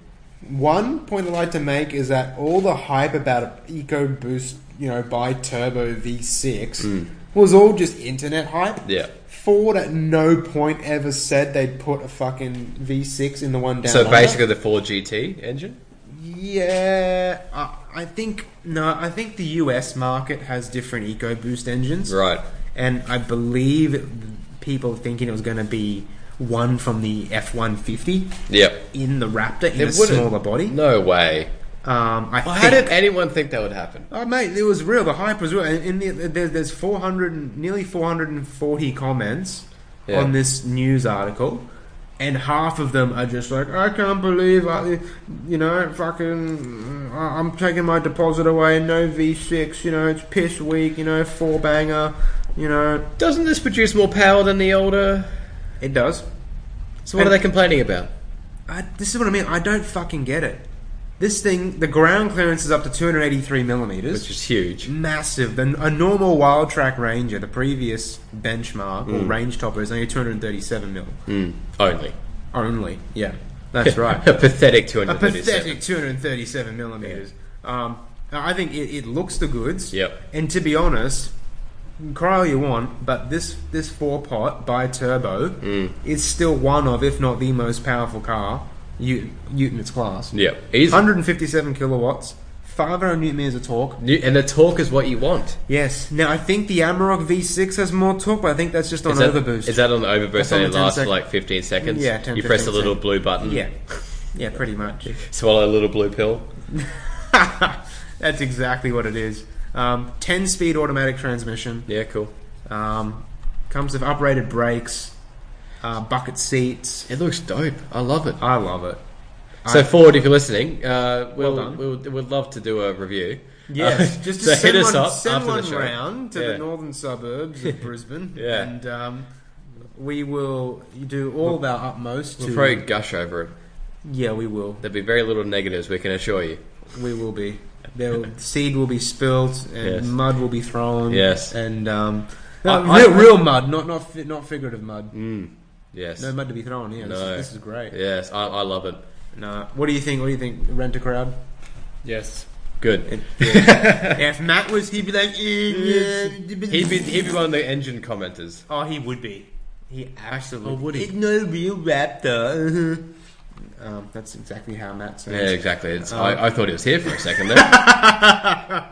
[SPEAKER 1] One point I'd like to make is that all the hype about a EcoBoost, you know, by turbo V6 was all just internet hype.
[SPEAKER 2] Hmm. Yeah.
[SPEAKER 1] Ford at no point ever said they'd put a fucking V6 in the one down.
[SPEAKER 2] So
[SPEAKER 1] under.
[SPEAKER 2] basically, the 4GT engine.
[SPEAKER 3] Yeah, I, I think no. I think the U.S. market has different EcoBoost engines,
[SPEAKER 2] Right.
[SPEAKER 3] and I believe it- people thinking it was going to be one from the F one fifty
[SPEAKER 2] Yep.
[SPEAKER 3] in the Raptor in
[SPEAKER 2] It
[SPEAKER 3] a
[SPEAKER 2] wouldn't-
[SPEAKER 3] smaller body. Um,
[SPEAKER 2] No way.
[SPEAKER 3] I
[SPEAKER 2] Well,
[SPEAKER 3] think.
[SPEAKER 2] how did anyone think that would happen?
[SPEAKER 3] Oh mate, it was real. The hype was real. And in the, there, there's 400, and- nearly 440 comments
[SPEAKER 2] Yeah.
[SPEAKER 3] on this news article, and half of them are just like, "I can't believe I, you know, fucking, I- I'm taking my deposit away. No V6. You know, it's piss weak. You know, four banger. You know,
[SPEAKER 2] Doesn't this produce more power than the older?
[SPEAKER 3] it does.
[SPEAKER 2] So what are they complaining about?
[SPEAKER 3] I, this is what I mean. I don't fucking get it. This thing, the ground clearance is up to 283 millimeters,
[SPEAKER 2] Which is huge.
[SPEAKER 3] massive. The, a normal wild track ranger, the previous benchmark
[SPEAKER 2] Mm.
[SPEAKER 3] or range topper, is only 237 mil.
[SPEAKER 2] Only.
[SPEAKER 3] Only, yeah, that's right.
[SPEAKER 2] A pathetic
[SPEAKER 3] a
[SPEAKER 2] 237.
[SPEAKER 3] pathetic 237 millimeters. Um, I think it, it looks the goods.
[SPEAKER 2] Yep.
[SPEAKER 3] And to be honest, cry all you want, but this this four pot by turbo
[SPEAKER 2] Mm.
[SPEAKER 3] is still one of, if not the most powerful car you, in its class.
[SPEAKER 2] Yeah, easy.
[SPEAKER 3] 157 kilowatts, 500 newton meters of torque.
[SPEAKER 2] You- And the torque is what you want.
[SPEAKER 3] Yes. Now I think the Amarok V6 has more torque, but I think that's just on
[SPEAKER 2] Is that,
[SPEAKER 3] overboost.
[SPEAKER 2] is that on the overboost
[SPEAKER 3] That's on
[SPEAKER 2] and
[SPEAKER 3] the
[SPEAKER 2] it
[SPEAKER 3] 10
[SPEAKER 2] lasts for
[SPEAKER 3] sec-
[SPEAKER 2] like 15 seconds?
[SPEAKER 3] Yeah, 10,
[SPEAKER 2] You press a
[SPEAKER 3] 15
[SPEAKER 2] little
[SPEAKER 3] sec.
[SPEAKER 2] blue button,
[SPEAKER 3] yeah, yeah, pretty much.
[SPEAKER 2] swallow a little blue pill.
[SPEAKER 3] that's exactly what it is. Um, 10 speed automatic transmission.
[SPEAKER 2] Yeah, cool.
[SPEAKER 3] Um, comes with upgraded brakes, uh, bucket seats.
[SPEAKER 2] It looks dope. I love it.
[SPEAKER 3] I love it.
[SPEAKER 2] Uh, So, Ford, if you're listening, uh, we'll,
[SPEAKER 3] done.
[SPEAKER 2] we'll, we'd love to do a review.
[SPEAKER 3] Yes,
[SPEAKER 2] Uh,
[SPEAKER 3] just to
[SPEAKER 2] so
[SPEAKER 3] send
[SPEAKER 2] hit us
[SPEAKER 3] one,
[SPEAKER 2] up
[SPEAKER 3] send
[SPEAKER 2] after
[SPEAKER 3] one
[SPEAKER 2] the show.
[SPEAKER 3] round to
[SPEAKER 2] Yeah.
[SPEAKER 3] the northern suburbs of Brisbane,
[SPEAKER 2] Yeah.
[SPEAKER 3] and um, we will do all of our utmost
[SPEAKER 2] We'll
[SPEAKER 3] to.
[SPEAKER 2] probably gush over it.
[SPEAKER 3] yeah, we will.
[SPEAKER 2] There'll be very little negatives, we can assure you.
[SPEAKER 3] We will be. There will, seed will be spilt, and
[SPEAKER 2] Yes.
[SPEAKER 3] mud will be thrown.
[SPEAKER 2] Yes.
[SPEAKER 3] and um,
[SPEAKER 2] I-
[SPEAKER 3] no,
[SPEAKER 2] I-
[SPEAKER 3] real, real mud, not not fi- not figurative mud.
[SPEAKER 2] Mm. Yes.
[SPEAKER 3] No mud to be thrown. Yeah, this,
[SPEAKER 2] No.
[SPEAKER 3] is, this is great.
[SPEAKER 2] yes, I, I love it.
[SPEAKER 3] No, what do you think? What do you think? Rent a crowd.
[SPEAKER 2] Yes. Good.
[SPEAKER 3] if Matt was, he'd be like, eh, yeah.
[SPEAKER 2] He'd be, he'd be one of the engine commenters.
[SPEAKER 3] Oh, he would be. He absolutely
[SPEAKER 2] Oh, would he?
[SPEAKER 3] It's not a real raptor. um, that's exactly how Matt sounds.
[SPEAKER 2] Yeah, exactly. It's, I, I thought he was here for a second there.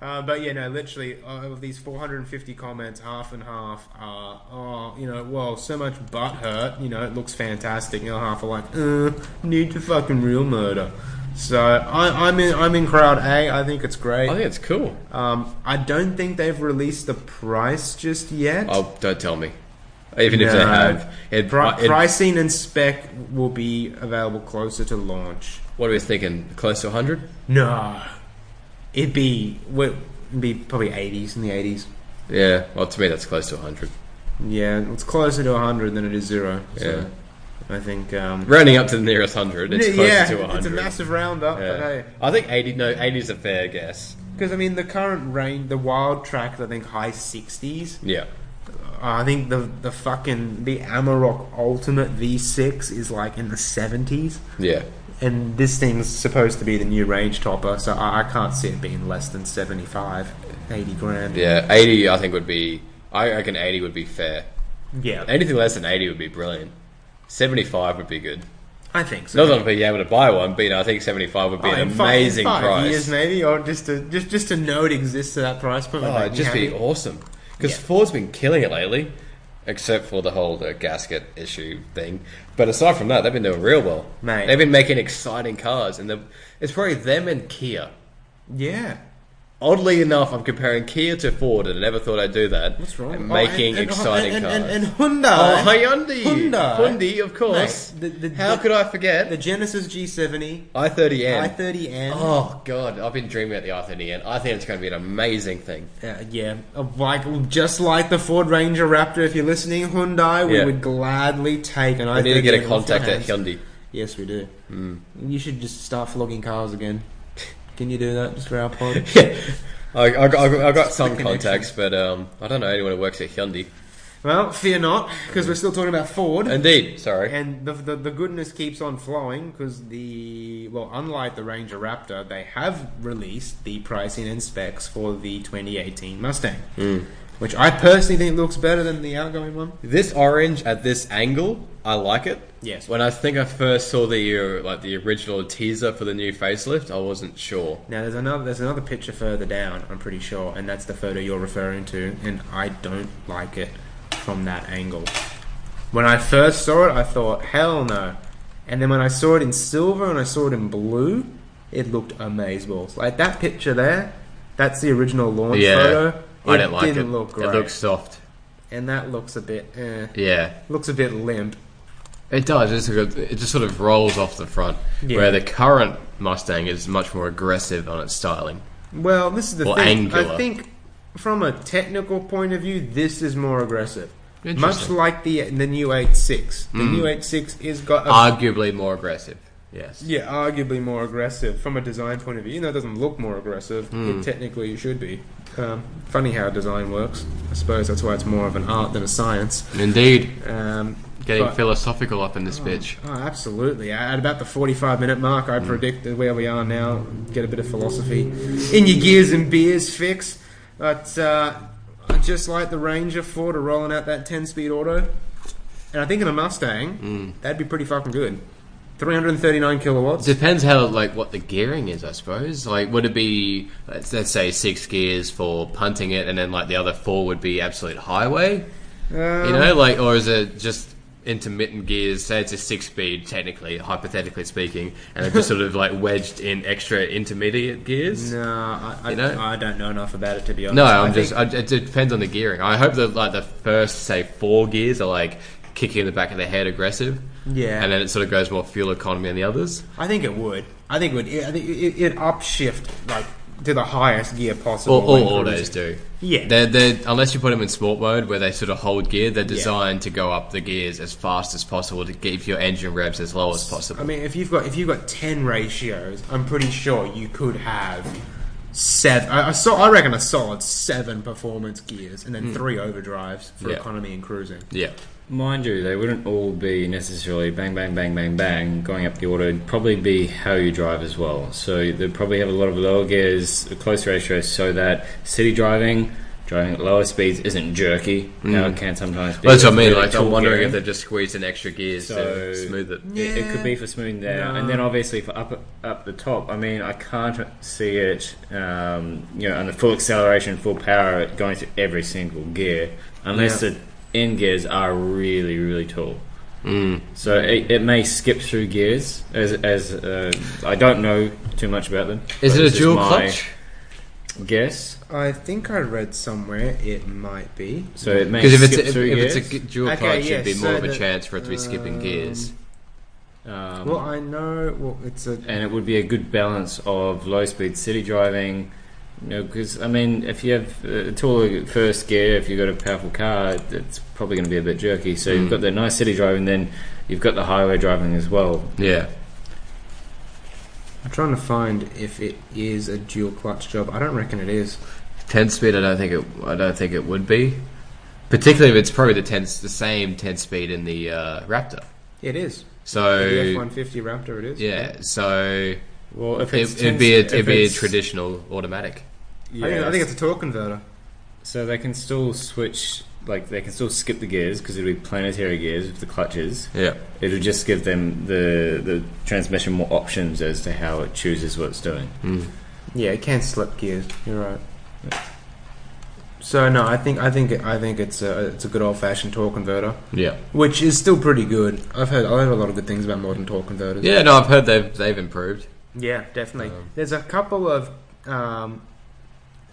[SPEAKER 3] Uh, but yeah, no, literally, uh, of these 450 comments, half and half are, oh, you know, well, so much butt hurt. You know, it looks fantastic. And the other half are like, uh, need to fucking real murder. So I, I'm in. I'm in crowd A. I think it's
[SPEAKER 2] I
[SPEAKER 3] great.
[SPEAKER 2] think it's cool.
[SPEAKER 3] Um, I don't think they've released the price just yet.
[SPEAKER 2] Oh, don't tell me. Even if
[SPEAKER 3] No.
[SPEAKER 2] they have, it,
[SPEAKER 3] Pri-
[SPEAKER 2] it-
[SPEAKER 3] pricing and spec will be available closer to launch.
[SPEAKER 2] what are we thinking? Close to 100?
[SPEAKER 3] No, it'd be would be probably 80s in the 80s.
[SPEAKER 2] Yeah. Well, to me, that's close to 100.
[SPEAKER 3] Yeah, it's closer to 100 than it is zero.
[SPEAKER 2] Yeah.
[SPEAKER 3] So I think. Um,
[SPEAKER 2] Rounding up to the nearest 100, it's closer
[SPEAKER 3] yeah,
[SPEAKER 2] to 100.
[SPEAKER 3] it's a massive roundup,
[SPEAKER 2] Yeah.
[SPEAKER 3] but hey,
[SPEAKER 2] I think 80, no, 80 is a fair guess.
[SPEAKER 3] because I mean the current range, the wild track, I think high 60s.
[SPEAKER 2] Yeah.
[SPEAKER 3] I think the the fucking the Amarok Ultimate V6 is like in the 70s.
[SPEAKER 2] Yeah.
[SPEAKER 3] and this thing's supposed to be the new range topper, so I, I can't see it being less than 75, 80 grand.
[SPEAKER 2] Yeah. 80, I think, would be. I reckon 80 would be fair.
[SPEAKER 3] Yeah,
[SPEAKER 2] Anything less than 80 would be brilliant. 75 would be good.
[SPEAKER 3] I think so.
[SPEAKER 2] Not that I'd be able to buy one, but you know, I think 75 would be
[SPEAKER 3] Oh,
[SPEAKER 2] an
[SPEAKER 3] in five- in
[SPEAKER 2] amazing
[SPEAKER 3] five
[SPEAKER 2] price.
[SPEAKER 3] years maybe, or just to just just to know it exists at that price point. would
[SPEAKER 2] Oh,
[SPEAKER 3] make
[SPEAKER 2] it'd
[SPEAKER 3] me
[SPEAKER 2] just be
[SPEAKER 3] happy.
[SPEAKER 2] awesome. Because
[SPEAKER 3] Yeah.
[SPEAKER 2] Ford's been killing it lately, except for the whole uh, gasket issue thing. But aside from that, they've been doing real well.
[SPEAKER 3] Mate.
[SPEAKER 2] They've been making exciting cars, and the- it's probably them and Kia.
[SPEAKER 3] yeah.
[SPEAKER 2] Oddly enough, I'm comparing Kia to Ford, and I never thought I'd do that.
[SPEAKER 3] What's wrong?
[SPEAKER 2] And
[SPEAKER 3] Oh,
[SPEAKER 2] making
[SPEAKER 3] and- and-
[SPEAKER 2] exciting
[SPEAKER 3] and, and,
[SPEAKER 2] cars.
[SPEAKER 3] and, and Hyundai.
[SPEAKER 2] oh, Hyundai!
[SPEAKER 3] Hyundai.
[SPEAKER 2] Hyundai, of course.
[SPEAKER 3] Mate, the- the-
[SPEAKER 2] How
[SPEAKER 3] the-
[SPEAKER 2] could I forget?
[SPEAKER 3] The Genesis E. G70,
[SPEAKER 2] i30N.
[SPEAKER 3] i30N.
[SPEAKER 2] Oh god, I've been dreaming about the i30N. I think it's going to be an amazing thing.
[SPEAKER 3] Uh, yeah, Uh, like just like the Ford Ranger Raptor. If you're listening, Hyundai, we
[SPEAKER 2] Yeah.
[SPEAKER 3] would gladly take an.
[SPEAKER 2] I need to get a contact at
[SPEAKER 3] hands.
[SPEAKER 2] Hyundai. Hmm.
[SPEAKER 3] Yes, we do. You should just start flogging cars again. Can you do that just for our pod?
[SPEAKER 2] I, I, got, I got- I got some
[SPEAKER 3] the
[SPEAKER 2] contacts, but um, I don't know anyone who works at Hyundai.
[SPEAKER 3] Well, fear not, because we're still talking about Ford.
[SPEAKER 2] Indeed. Sorry.
[SPEAKER 3] And the, the, the goodness keeps on flowing because the, well, unlike the Ranger Raptor, they have released the pricing and specs for the 2018 Mustang, which I personally think looks better than the outgoing one.
[SPEAKER 2] This orange at this angle, I like it.
[SPEAKER 3] Yes.
[SPEAKER 2] When I think I first saw the uh, like the original teaser for the new facelift, I wasn't sure.
[SPEAKER 3] Now, there's another, there's another picture further down, I'm pretty sure, and that's the photo you're referring to, and I don't like it from that angle. When I first saw it, I thought, hell no. And then when I saw it in silver and I saw it in blue, it looked amazeballs. Like that picture there, that's the original launch photo.
[SPEAKER 2] I don't like
[SPEAKER 3] didn't
[SPEAKER 2] it.
[SPEAKER 3] look great.
[SPEAKER 2] It looks soft.
[SPEAKER 3] and that looks a bit, eh.
[SPEAKER 2] Yeah.
[SPEAKER 3] Looks a bit limp.
[SPEAKER 2] It does. It's a good- it just sort of rolls off the front,
[SPEAKER 3] Yeah.
[SPEAKER 2] where the current Mustang is much more aggressive on its styling.
[SPEAKER 3] Well, this is the
[SPEAKER 2] Or
[SPEAKER 3] thing. I
[SPEAKER 2] angular.
[SPEAKER 3] think from a technical point of view, this is more aggressive. Much
[SPEAKER 2] Interesting.
[SPEAKER 3] like the the new 86. The
[SPEAKER 2] Hmm.
[SPEAKER 3] new 86 is got
[SPEAKER 2] Ah.
[SPEAKER 3] a,
[SPEAKER 2] Arguably more aggressive. Yes.
[SPEAKER 3] yeah, arguably more aggressive from a design point of view. Even though it doesn't look more aggressive,
[SPEAKER 2] Hmm.
[SPEAKER 3] it technically it should be. Um, funny how design works. I suppose that's why it's more of an art than a science.
[SPEAKER 2] Indeed.
[SPEAKER 3] Um,
[SPEAKER 2] Getting
[SPEAKER 3] But-
[SPEAKER 2] philosophical up in this bitch.
[SPEAKER 3] oh, absolutely. At about the 45 minute mark,
[SPEAKER 2] Mm.
[SPEAKER 3] I predict that where we are now, get a bit of philosophy in your gears and beers fix. But uh, just like the Ranger Ford are rolling out that 10 speed auto, and I think in a Mustang,
[SPEAKER 2] Mm.
[SPEAKER 3] that'd be pretty fucking good. 339 kilowatts.
[SPEAKER 2] Depends how like what the gearing is, I suppose. Like, would it be let's, let's say six gears for punting it, and then like the other four would be absolute highway? you know, like, or is it just intermittent gears? Say it's a six-speed, technically, hypothetically speaking, and it's just sort of like wedged in extra intermediate gears.
[SPEAKER 3] No, I, I,
[SPEAKER 2] You know?
[SPEAKER 3] I don't know enough about it to be honest.
[SPEAKER 2] No, I'm
[SPEAKER 3] I
[SPEAKER 2] just.
[SPEAKER 3] think-
[SPEAKER 2] I, it depends on the gearing. I hope that like the first say four gears are like kicking in the back of the head, aggressive.
[SPEAKER 3] Yeah.
[SPEAKER 2] and then it sort of goes more fuel economy than the others.
[SPEAKER 3] I think it would. I think it would. It, I think it, it upshift like to the highest gear possible.
[SPEAKER 2] All, all
[SPEAKER 3] when
[SPEAKER 2] autos
[SPEAKER 3] cruising.
[SPEAKER 2] do.
[SPEAKER 3] Yeah.
[SPEAKER 2] They're, they're, unless you put them in sport mode where they sort of hold gear, they're designed to go up the gears as fast as possible to keep your engine revs as low as possible.
[SPEAKER 3] I mean, if you've got if you've got ten ratios, I'm pretty sure you could have seven. I, I, saw, I reckon a solid seven performance gears, and then three overdrives for
[SPEAKER 2] Hmm. Yeah.
[SPEAKER 3] economy and cruising.
[SPEAKER 2] yeah.
[SPEAKER 5] Mind you, they wouldn't all be necessarily bang, bang, bang, bang, bang going up the order. It'd probably be how you drive as well. So they'd probably have a lot of lower gears, a close ratio, so that city driving, driving at lower speeds, isn't jerky. Now it can sometimes be.
[SPEAKER 2] Well, Hmm. that's what I mean.
[SPEAKER 5] Really
[SPEAKER 2] Like, I'm
[SPEAKER 5] tall
[SPEAKER 2] wondering
[SPEAKER 5] gearing.
[SPEAKER 2] if they've just squeezed in extra gears
[SPEAKER 5] So-
[SPEAKER 2] to smooth it.
[SPEAKER 5] It, it could be for smoothing that out, and then obviously for up up the top. I mean, I can't see it, um, you know, under full acceleration, full power, it going to every single gear, unless the end gears are really, really tall. Mm. So it, it may skip through gears, as as uh, I don't know too much about them.
[SPEAKER 2] Is
[SPEAKER 5] but
[SPEAKER 2] it a
[SPEAKER 5] this
[SPEAKER 2] dual
[SPEAKER 5] my
[SPEAKER 2] clutch?
[SPEAKER 5] Guess.
[SPEAKER 3] I think I read somewhere it might be.
[SPEAKER 5] So it may
[SPEAKER 2] Because if
[SPEAKER 5] skip
[SPEAKER 2] it's a,
[SPEAKER 5] through
[SPEAKER 2] if
[SPEAKER 5] gears.
[SPEAKER 2] it's a g- dual
[SPEAKER 3] Okay,
[SPEAKER 2] clutch,
[SPEAKER 3] yeah,
[SPEAKER 2] it'd be
[SPEAKER 3] so
[SPEAKER 2] more of a
[SPEAKER 3] that-
[SPEAKER 2] chance for it to be skipping
[SPEAKER 3] um,
[SPEAKER 2] gears.
[SPEAKER 5] um,
[SPEAKER 3] Well, I know. Well, it's a
[SPEAKER 5] and it would be a good balance of low speed city driving. You know, because I mean, if you have uh, a taller first gear, if you've got a powerful car, it's probably going to be a bit jerky. So you've
[SPEAKER 2] Mm.
[SPEAKER 5] got the nice city driving, then you've got the highway driving as well.
[SPEAKER 2] Yeah.
[SPEAKER 3] I'm trying to find if it is a dual clutch job. I don't reckon it is.
[SPEAKER 2] Ten speed, I don't think it. I don't think it would be. Particularly if it's probably the ten, the same ten speed in the uh, Raptor.
[SPEAKER 3] It is.
[SPEAKER 2] So
[SPEAKER 3] the F150 Raptor, it is.
[SPEAKER 2] Yeah, so
[SPEAKER 5] Well, if it's
[SPEAKER 2] it, it'd be a,
[SPEAKER 5] if
[SPEAKER 2] it'd be a
[SPEAKER 5] it's-
[SPEAKER 2] traditional automatic.
[SPEAKER 3] I, think, I think it's
[SPEAKER 5] yes.
[SPEAKER 3] a torque converter.
[SPEAKER 5] So they can still switch, like they can still skip the gears because it'll be planetary gears with the clutches.
[SPEAKER 2] Yeah,
[SPEAKER 5] It'll just give them the the transmission more options as to how it chooses what it's doing.
[SPEAKER 2] Mm.
[SPEAKER 3] Yeah, it can slip gears. You're right. So no, I think I think I think it's a it's a good old fashioned torque converter,
[SPEAKER 2] yeah,
[SPEAKER 3] which is still pretty good. I've heard I've heard a lot of good things about modern torque converters.
[SPEAKER 2] yeah. No, I've heard they've they've improved.
[SPEAKER 3] Yeah, definitely.
[SPEAKER 2] Um,
[SPEAKER 3] There's a couple of um,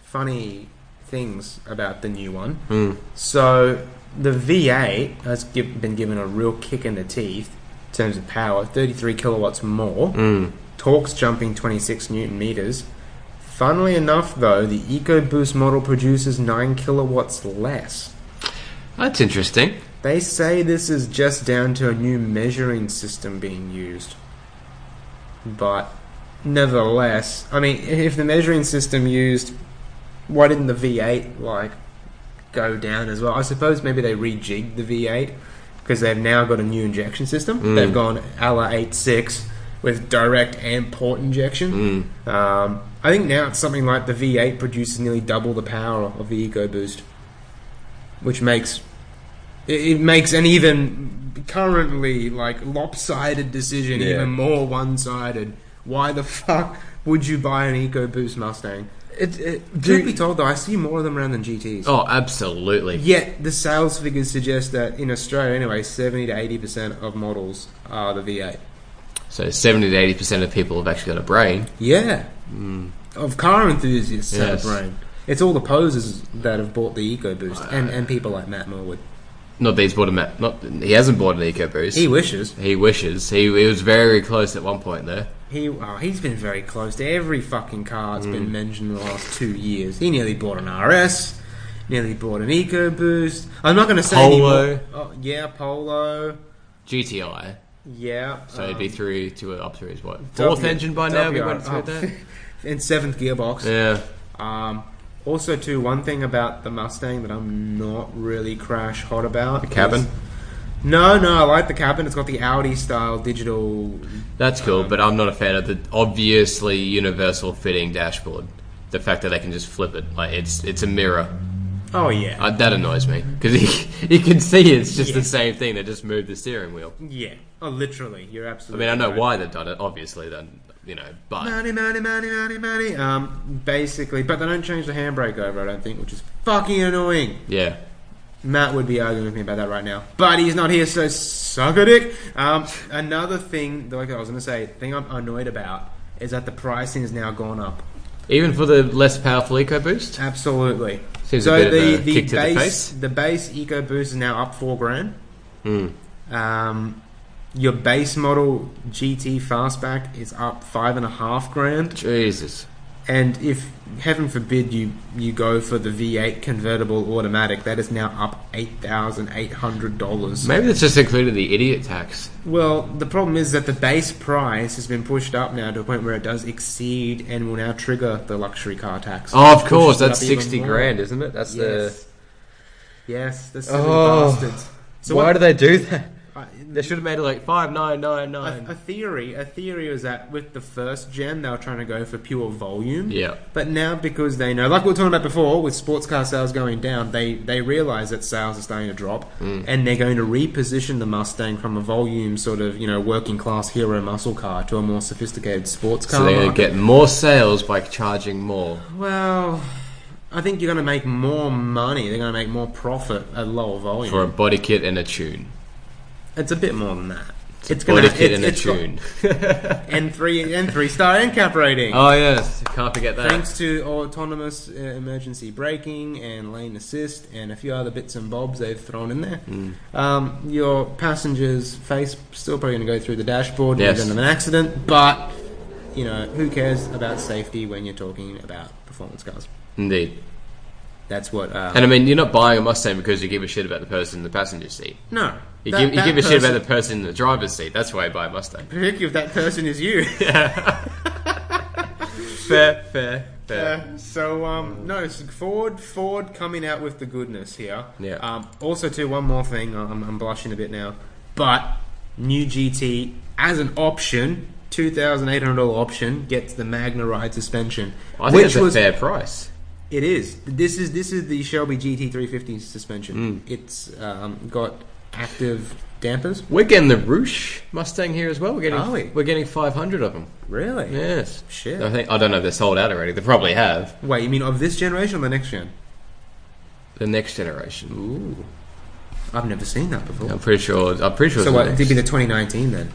[SPEAKER 3] funny things about the new one.
[SPEAKER 2] Mm,
[SPEAKER 3] So the V8 has give, been given a real kick in the teeth in terms of power, 33 kilowatts more.
[SPEAKER 2] mm.
[SPEAKER 3] Torque's jumping 26 newton meters. Funnily enough, though, the EcoBoost model produces 9 kilowatts less.
[SPEAKER 2] That's interesting.
[SPEAKER 3] They say this is just down to a new measuring system being used. But nevertheless, I mean, if the measuring system used, why didn't the V8 like go down as well. I suppose maybe they rejigged the V8 because they've now got a new injection system. They've gone a la 8.6 with direct and port injection. Um, I think now it's something like the V8 produces nearly double the power of the EcoBoost, which makes it, it makes an even currently like lopsided decision
[SPEAKER 2] Yeah.
[SPEAKER 3] even more one-sided. Why the fuck would you buy an EcoBoost Mustang?
[SPEAKER 2] It, it,
[SPEAKER 3] Truth be told, though, I see more of them around than GTs.
[SPEAKER 2] oh, absolutely.
[SPEAKER 3] Yet the sales figures suggest that in Australia, anyway, seventy to eighty percent of models are the V8.
[SPEAKER 2] So seventy to eighty percent of people have actually got a brain.
[SPEAKER 3] Yeah, of car enthusiasts have
[SPEAKER 2] Hmm. Yes.
[SPEAKER 3] a brain. It's all the posers that have bought the EcoBoost
[SPEAKER 2] Uh,
[SPEAKER 3] and, and people like Matt Norwood.
[SPEAKER 2] Not that he's bought a ma- not he hasn't bought an EcoBoost.
[SPEAKER 3] He wishes
[SPEAKER 2] He wishes. He, he was very close at one point there.
[SPEAKER 3] he oh, he's been very close to every fucking car that's
[SPEAKER 2] Hmm.
[SPEAKER 3] been mentioned in the last two years. He nearly bought an RS, nearly bought an EcoBoost. I'm not going to say he
[SPEAKER 2] Polo.
[SPEAKER 3] bought- oh, yeah, Polo.
[SPEAKER 2] GTI.
[SPEAKER 3] Yeah.
[SPEAKER 2] So it'd be
[SPEAKER 3] um,
[SPEAKER 2] through to up through his what fourth
[SPEAKER 3] W-
[SPEAKER 2] engine by now. We
[SPEAKER 3] WR.
[SPEAKER 2] went through
[SPEAKER 3] Oh.
[SPEAKER 2] that.
[SPEAKER 3] and seventh gearbox.
[SPEAKER 2] Yeah.
[SPEAKER 3] Um, also, too, one thing about the Mustang that I'm not really crash hot about. The
[SPEAKER 2] cabin?
[SPEAKER 3] no, no, I like the cabin. It's got the Audi style digital.
[SPEAKER 2] That's cool, but I'm not a fan of the obviously universal fitting dashboard. The fact that they can just flip it, like it's it's a mirror,
[SPEAKER 3] Oh yeah,
[SPEAKER 2] uh, that annoys me because you, you can see it's just the same thing. They just moved the steering wheel.
[SPEAKER 3] yeah. Oh, literally, you're
[SPEAKER 2] I
[SPEAKER 3] absolutely.
[SPEAKER 2] mean, I know
[SPEAKER 3] right.
[SPEAKER 2] why they've done it, obviously. Then you know, but
[SPEAKER 3] Money, money, money, money, money. Um, basically, but they don't change the handbrake over. I don't think, which is fucking annoying.
[SPEAKER 2] yeah,
[SPEAKER 3] Matt would be arguing with me about that right now, but he's not here, so suck a dick. Um, another thing, like I was going to say, thing I'm annoyed about is that the pricing has now gone up.
[SPEAKER 2] even for the less powerful EcoBoost,
[SPEAKER 3] Absolutely.
[SPEAKER 2] Seems
[SPEAKER 3] so
[SPEAKER 2] a bit
[SPEAKER 3] the,
[SPEAKER 2] of a
[SPEAKER 3] the
[SPEAKER 2] kick to the
[SPEAKER 3] base,
[SPEAKER 2] face.
[SPEAKER 3] the base Eco Boost is now up four grand.
[SPEAKER 2] Hmm,
[SPEAKER 3] Um, your base model GT Fastback is up five and a half grand.
[SPEAKER 2] Jesus,
[SPEAKER 3] And if heaven forbid you you go for the V8 convertible automatic, that is now up eight thousand eight hundred dollars.
[SPEAKER 2] maybe that's just included the idiot tax.
[SPEAKER 3] Well, the problem is that the base price has been pushed up now to a point where it does exceed and will now trigger the luxury car tax.
[SPEAKER 2] Oh, of
[SPEAKER 3] which
[SPEAKER 2] course,
[SPEAKER 3] pushes it
[SPEAKER 2] that's
[SPEAKER 3] up even
[SPEAKER 2] sixty
[SPEAKER 3] more.
[SPEAKER 2] grand, isn't it? That's
[SPEAKER 3] Yes. Yes, the silly
[SPEAKER 2] Oh.
[SPEAKER 3] bastards.
[SPEAKER 2] the. Why do they do that?
[SPEAKER 3] I-
[SPEAKER 2] They should have made it like five nine nine
[SPEAKER 3] a, a
[SPEAKER 2] nine.
[SPEAKER 3] theory, a theory was that with the first gen they were trying to go for pure volume.
[SPEAKER 2] Yeah.
[SPEAKER 3] But now because they know, like we were talking about before, with sports car sales going down, they they realize that sales are starting to drop,
[SPEAKER 2] Mm.
[SPEAKER 3] and they're going to reposition the Mustang from a volume sort of you know working class hero muscle car to a more sophisticated sports car.
[SPEAKER 2] So they're going to
[SPEAKER 3] market.
[SPEAKER 2] get more sales by charging more.
[SPEAKER 3] well. I think you're going to make more money. They're going to make more profit at lower volume.
[SPEAKER 2] for a body kit and a tune.
[SPEAKER 3] It's a bit more than that. It's,
[SPEAKER 2] body
[SPEAKER 3] to
[SPEAKER 2] kit and a tune.
[SPEAKER 3] and three and three star end cap rating.
[SPEAKER 2] Oh yes, can't forget that.
[SPEAKER 3] Thanks to autonomous uh, emergency braking and lane assist and a few other bits and bobs they've thrown in there,
[SPEAKER 2] Mm.
[SPEAKER 3] um, your passenger's face still probably going to go through the dashboard
[SPEAKER 2] Yes.
[SPEAKER 3] in an accident. But you know who cares about safety when you're talking about performance cars?
[SPEAKER 2] Indeed.
[SPEAKER 3] That's what. Uh,
[SPEAKER 2] And I mean, you're not buying a Mustang because you give a shit about the person in the passenger seat.
[SPEAKER 3] no,
[SPEAKER 2] You
[SPEAKER 3] that-
[SPEAKER 2] give, you
[SPEAKER 3] that
[SPEAKER 2] give a shit
[SPEAKER 3] person-
[SPEAKER 2] about the person in the driver's seat. That's why you buy a Mustang.
[SPEAKER 3] particularly if that person is you.
[SPEAKER 2] Fair, fair, fair.
[SPEAKER 3] Uh, so um, no, s- Ford. Ford coming out with the goodness here.
[SPEAKER 2] Yeah.
[SPEAKER 3] Um, also, too, one more thing. uh, I'm, I'm blushing a bit now, but new GT as an option, two thousand eight hundred dollar option gets the Magna Ride suspension,
[SPEAKER 2] I think
[SPEAKER 3] which
[SPEAKER 2] it's a
[SPEAKER 3] was
[SPEAKER 2] fair price.
[SPEAKER 3] it is. This is this is the Shelby GT three fifty suspension.
[SPEAKER 2] Mm.
[SPEAKER 3] It's um, got active dampers.
[SPEAKER 2] We're getting the Roosh Mustang here as well. We're getting
[SPEAKER 3] Are we?
[SPEAKER 2] are getting 500 of them.
[SPEAKER 3] Really?
[SPEAKER 2] Yes.
[SPEAKER 3] Shit.
[SPEAKER 2] I think I don't know if they're sold out already. They probably have.
[SPEAKER 3] Wait, you mean of this generation or the next gen?
[SPEAKER 2] The next generation.
[SPEAKER 3] Ooh, I've never seen that before.
[SPEAKER 2] I'm pretty sure. I'm pretty sure.
[SPEAKER 3] So
[SPEAKER 2] it's the
[SPEAKER 3] what?
[SPEAKER 2] next.
[SPEAKER 3] It'd be the twenty nineteen then.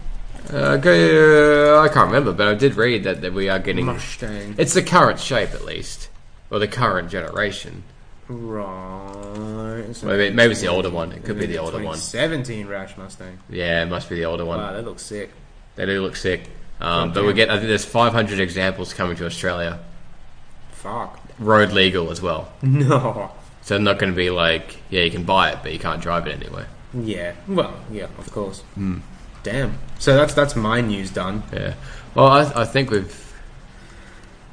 [SPEAKER 2] Uh, go, uh, I can't remember, but I did read that, that we are getting.
[SPEAKER 3] Mustang.
[SPEAKER 2] It's the current shape, at least, or the current generation.
[SPEAKER 3] Right. So
[SPEAKER 2] Maybe, maybe it's the older one. It could be the older one.
[SPEAKER 3] 17 Rash Mustang.
[SPEAKER 2] Yeah, it must be the older one.
[SPEAKER 3] Wow, that looks sick.
[SPEAKER 2] They do look sick. Um, but
[SPEAKER 3] Okay.
[SPEAKER 2] we get. I think there's 500 examples coming to Australia,
[SPEAKER 3] Fuck.
[SPEAKER 2] road legal as well.
[SPEAKER 3] No.
[SPEAKER 2] So they're not going to be like, yeah, you can buy it, but you can't drive it anywhere.
[SPEAKER 3] Yeah. Well, yeah, of course.
[SPEAKER 2] Hmm.
[SPEAKER 3] Damn. So that's that's my news done.
[SPEAKER 2] Yeah. Well, I, I think we've.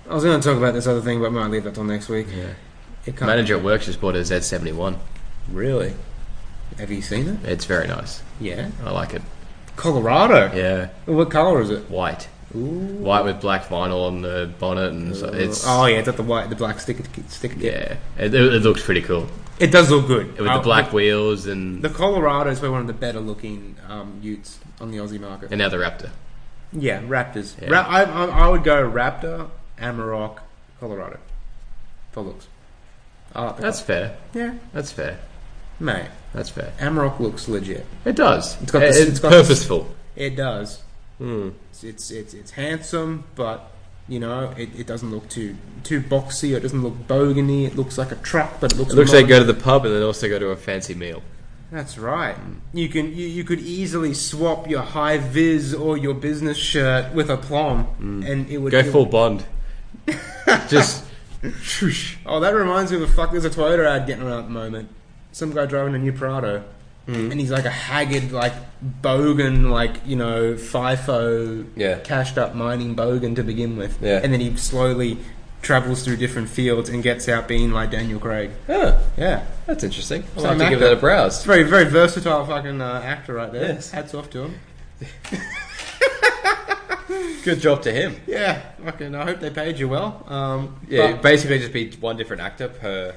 [SPEAKER 3] I was going to talk about this other thing, but I might leave that till next week.
[SPEAKER 2] Yeah.
[SPEAKER 3] It can't-
[SPEAKER 2] Manager at work just bought a Z71.
[SPEAKER 3] Really? Have you seen it?
[SPEAKER 2] It's very nice.
[SPEAKER 3] Yeah.
[SPEAKER 2] I like it.
[SPEAKER 3] Colorado.
[SPEAKER 2] Yeah,
[SPEAKER 3] What color is it?
[SPEAKER 2] white,
[SPEAKER 3] Ooh.
[SPEAKER 2] white with black vinyl on the bonnet, and so it's
[SPEAKER 3] oh yeah, it's got the white, the black sticker, sticker kit.
[SPEAKER 2] yeah, it, it it looks pretty cool
[SPEAKER 3] It does look good.
[SPEAKER 2] with
[SPEAKER 3] Uh,
[SPEAKER 2] the black wheels and
[SPEAKER 3] The Colorado is probably one of the better looking um, Utes on the Aussie market.
[SPEAKER 2] and now the Raptor.
[SPEAKER 3] yeah, Raptors.
[SPEAKER 2] Yeah.
[SPEAKER 3] Ra- I, I, I would go Raptor, Amarok, Colorado for looks. I like the
[SPEAKER 2] That's fair.
[SPEAKER 3] col- yeah,
[SPEAKER 2] That's fair.
[SPEAKER 3] mate.
[SPEAKER 2] That's fair.
[SPEAKER 3] Amarok looks legit.
[SPEAKER 2] It does.
[SPEAKER 3] It's got
[SPEAKER 2] It-
[SPEAKER 3] this-
[SPEAKER 2] it's
[SPEAKER 3] it's got this-
[SPEAKER 2] purposeful.
[SPEAKER 3] It does.
[SPEAKER 2] Mm.
[SPEAKER 3] It's it's it's, it's handsome, but you know it, it doesn't look too too boxy. It doesn't look bogany. It looks like a truck, but it looks
[SPEAKER 2] It looks like go
[SPEAKER 3] modern.
[SPEAKER 2] to the pub and then also go to a fancy meal.
[SPEAKER 3] That's right. You can you, you could easily swap your high vis or your business shirt with a plum, and it would
[SPEAKER 2] Mm. Go
[SPEAKER 3] it-
[SPEAKER 2] full Bond. Just
[SPEAKER 3] Oh, that reminds me of a fuck. There's a Toyota ad getting around at the moment. Some guy driving a new Prado,
[SPEAKER 2] Hmm.
[SPEAKER 3] and he's like a haggard, like bogan, like you know FIFO,
[SPEAKER 2] Yeah.
[SPEAKER 3] cashed up mining bogan to begin with,
[SPEAKER 2] Yeah.
[SPEAKER 3] and then he slowly travels through different fields and gets out being like Daniel Craig.
[SPEAKER 2] oh,
[SPEAKER 3] Yeah,
[SPEAKER 2] that's interesting. I'll
[SPEAKER 3] Same
[SPEAKER 2] have to give
[SPEAKER 3] actor.
[SPEAKER 2] that a
[SPEAKER 3] it's
[SPEAKER 2] browse.
[SPEAKER 3] very very versatile fucking uh, actor right there.
[SPEAKER 2] Yes.
[SPEAKER 3] Hats off to him.
[SPEAKER 2] Good job to him.
[SPEAKER 3] Yeah, fucking. I hope they paid you well. Um,
[SPEAKER 2] Yeah,
[SPEAKER 3] but-
[SPEAKER 2] basically just be one different actor per. Oh.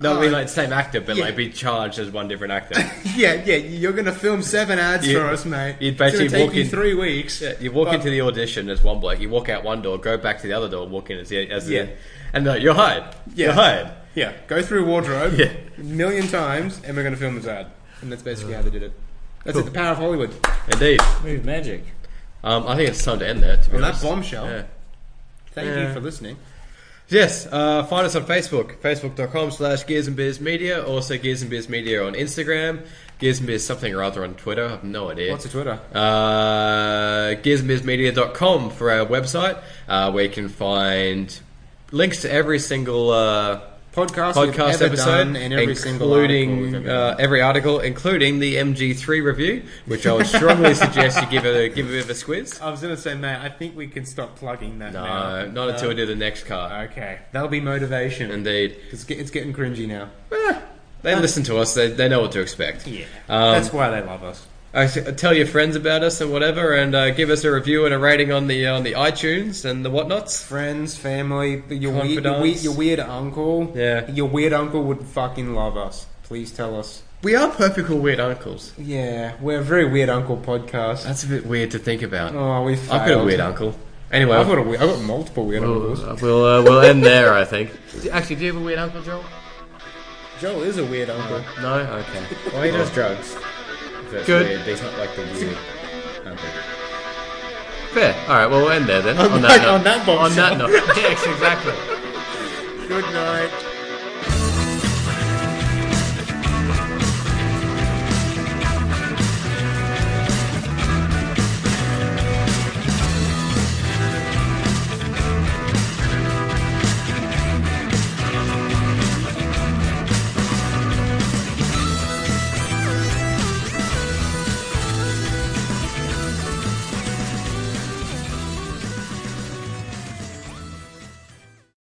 [SPEAKER 2] No, I mean like same actor, but
[SPEAKER 3] yeah.
[SPEAKER 2] like be charged as one different actor.
[SPEAKER 3] yeah, yeah. You're gonna film seven ads
[SPEAKER 2] You-
[SPEAKER 3] for us, mate.
[SPEAKER 2] you'd
[SPEAKER 3] It's gonna
[SPEAKER 2] basically
[SPEAKER 3] take
[SPEAKER 2] walk
[SPEAKER 3] you
[SPEAKER 2] in-
[SPEAKER 3] three weeks.
[SPEAKER 2] Yeah, you walk
[SPEAKER 3] But-
[SPEAKER 2] into the audition as one bloke. You walk out one door, go back to the other door, walk in as the as
[SPEAKER 3] Yeah.
[SPEAKER 2] the, and they're like, you're hired. You're
[SPEAKER 3] Yeah.
[SPEAKER 2] hired.
[SPEAKER 3] Yeah, go through wardrobe
[SPEAKER 2] Yeah.
[SPEAKER 3] a million times, and we're gonna film this ad. And that's basically how they did it. That's it. The power of Hollywood.
[SPEAKER 2] Indeed.
[SPEAKER 5] Move magic.
[SPEAKER 2] Um, I think it's time to end there. To be
[SPEAKER 3] On that
[SPEAKER 2] honest.
[SPEAKER 3] bombshell.
[SPEAKER 2] Yeah.
[SPEAKER 3] Thank
[SPEAKER 2] Yeah.
[SPEAKER 3] you for listening.
[SPEAKER 2] Yes, uh, find us on Facebook, facebook.com slash Gears and Beers Media. Also, Gears and Beers Media on Instagram, Gears and Beers something or other on Twitter. I have no idea.
[SPEAKER 3] What's a Twitter?
[SPEAKER 2] uh, gearsandbeersmedia.com for our website, uh, where you can find links to every single uh,
[SPEAKER 3] Podcast, we've
[SPEAKER 2] podcast
[SPEAKER 3] ever
[SPEAKER 2] episode,
[SPEAKER 3] done and every single article
[SPEAKER 2] including
[SPEAKER 3] we've ever
[SPEAKER 2] uh,
[SPEAKER 3] done.
[SPEAKER 2] every article, including the MG3 review, which I would strongly suggest you give a give a bit of a squiz.
[SPEAKER 3] I was gonna say, mate, I think we can stop plugging that now.
[SPEAKER 2] uh, No, Uh, not until we do the next car.
[SPEAKER 3] Okay, that'll be motivation.
[SPEAKER 2] Indeed.
[SPEAKER 3] 'Cause it's, get, it's getting cringy now.
[SPEAKER 2] They listen to us. They, they know what to expect.
[SPEAKER 3] Yeah,
[SPEAKER 2] Um,
[SPEAKER 3] that's why they love us.
[SPEAKER 2] I s- tell your friends about us and whatever, and uh, give us a review and a rating on the on the iTunes and the whatnots.
[SPEAKER 3] friends, family, your weird, your, weird,
[SPEAKER 2] Confidants.
[SPEAKER 3] your weird uncle.
[SPEAKER 2] Yeah.
[SPEAKER 3] Your weird uncle would fucking love us. Please tell us.
[SPEAKER 2] We are perfect little weird uncles.
[SPEAKER 3] Yeah, we're a very weird uncle podcast.
[SPEAKER 2] That's a bit weird to think about.
[SPEAKER 3] Oh, we
[SPEAKER 2] I've got a
[SPEAKER 3] failed.
[SPEAKER 2] weird uncle. Anyway,
[SPEAKER 3] I've got, a weird, I've got multiple weird uncles.
[SPEAKER 2] we'll we'll, uh, we'll end there. I think. Actually, do you have a weird uncle, Joel?
[SPEAKER 3] Joel is a weird uncle. Oh,
[SPEAKER 2] No. Okay.
[SPEAKER 5] Well, he does drugs. That's
[SPEAKER 2] Good.
[SPEAKER 5] Weird. He's not like the weird. Okay.
[SPEAKER 2] Fair. All right. Well, we'll end there then. On,
[SPEAKER 3] that-
[SPEAKER 2] that note.
[SPEAKER 3] on that
[SPEAKER 2] On
[SPEAKER 3] bombshell.
[SPEAKER 2] that note. Yes, exactly.
[SPEAKER 3] Good night.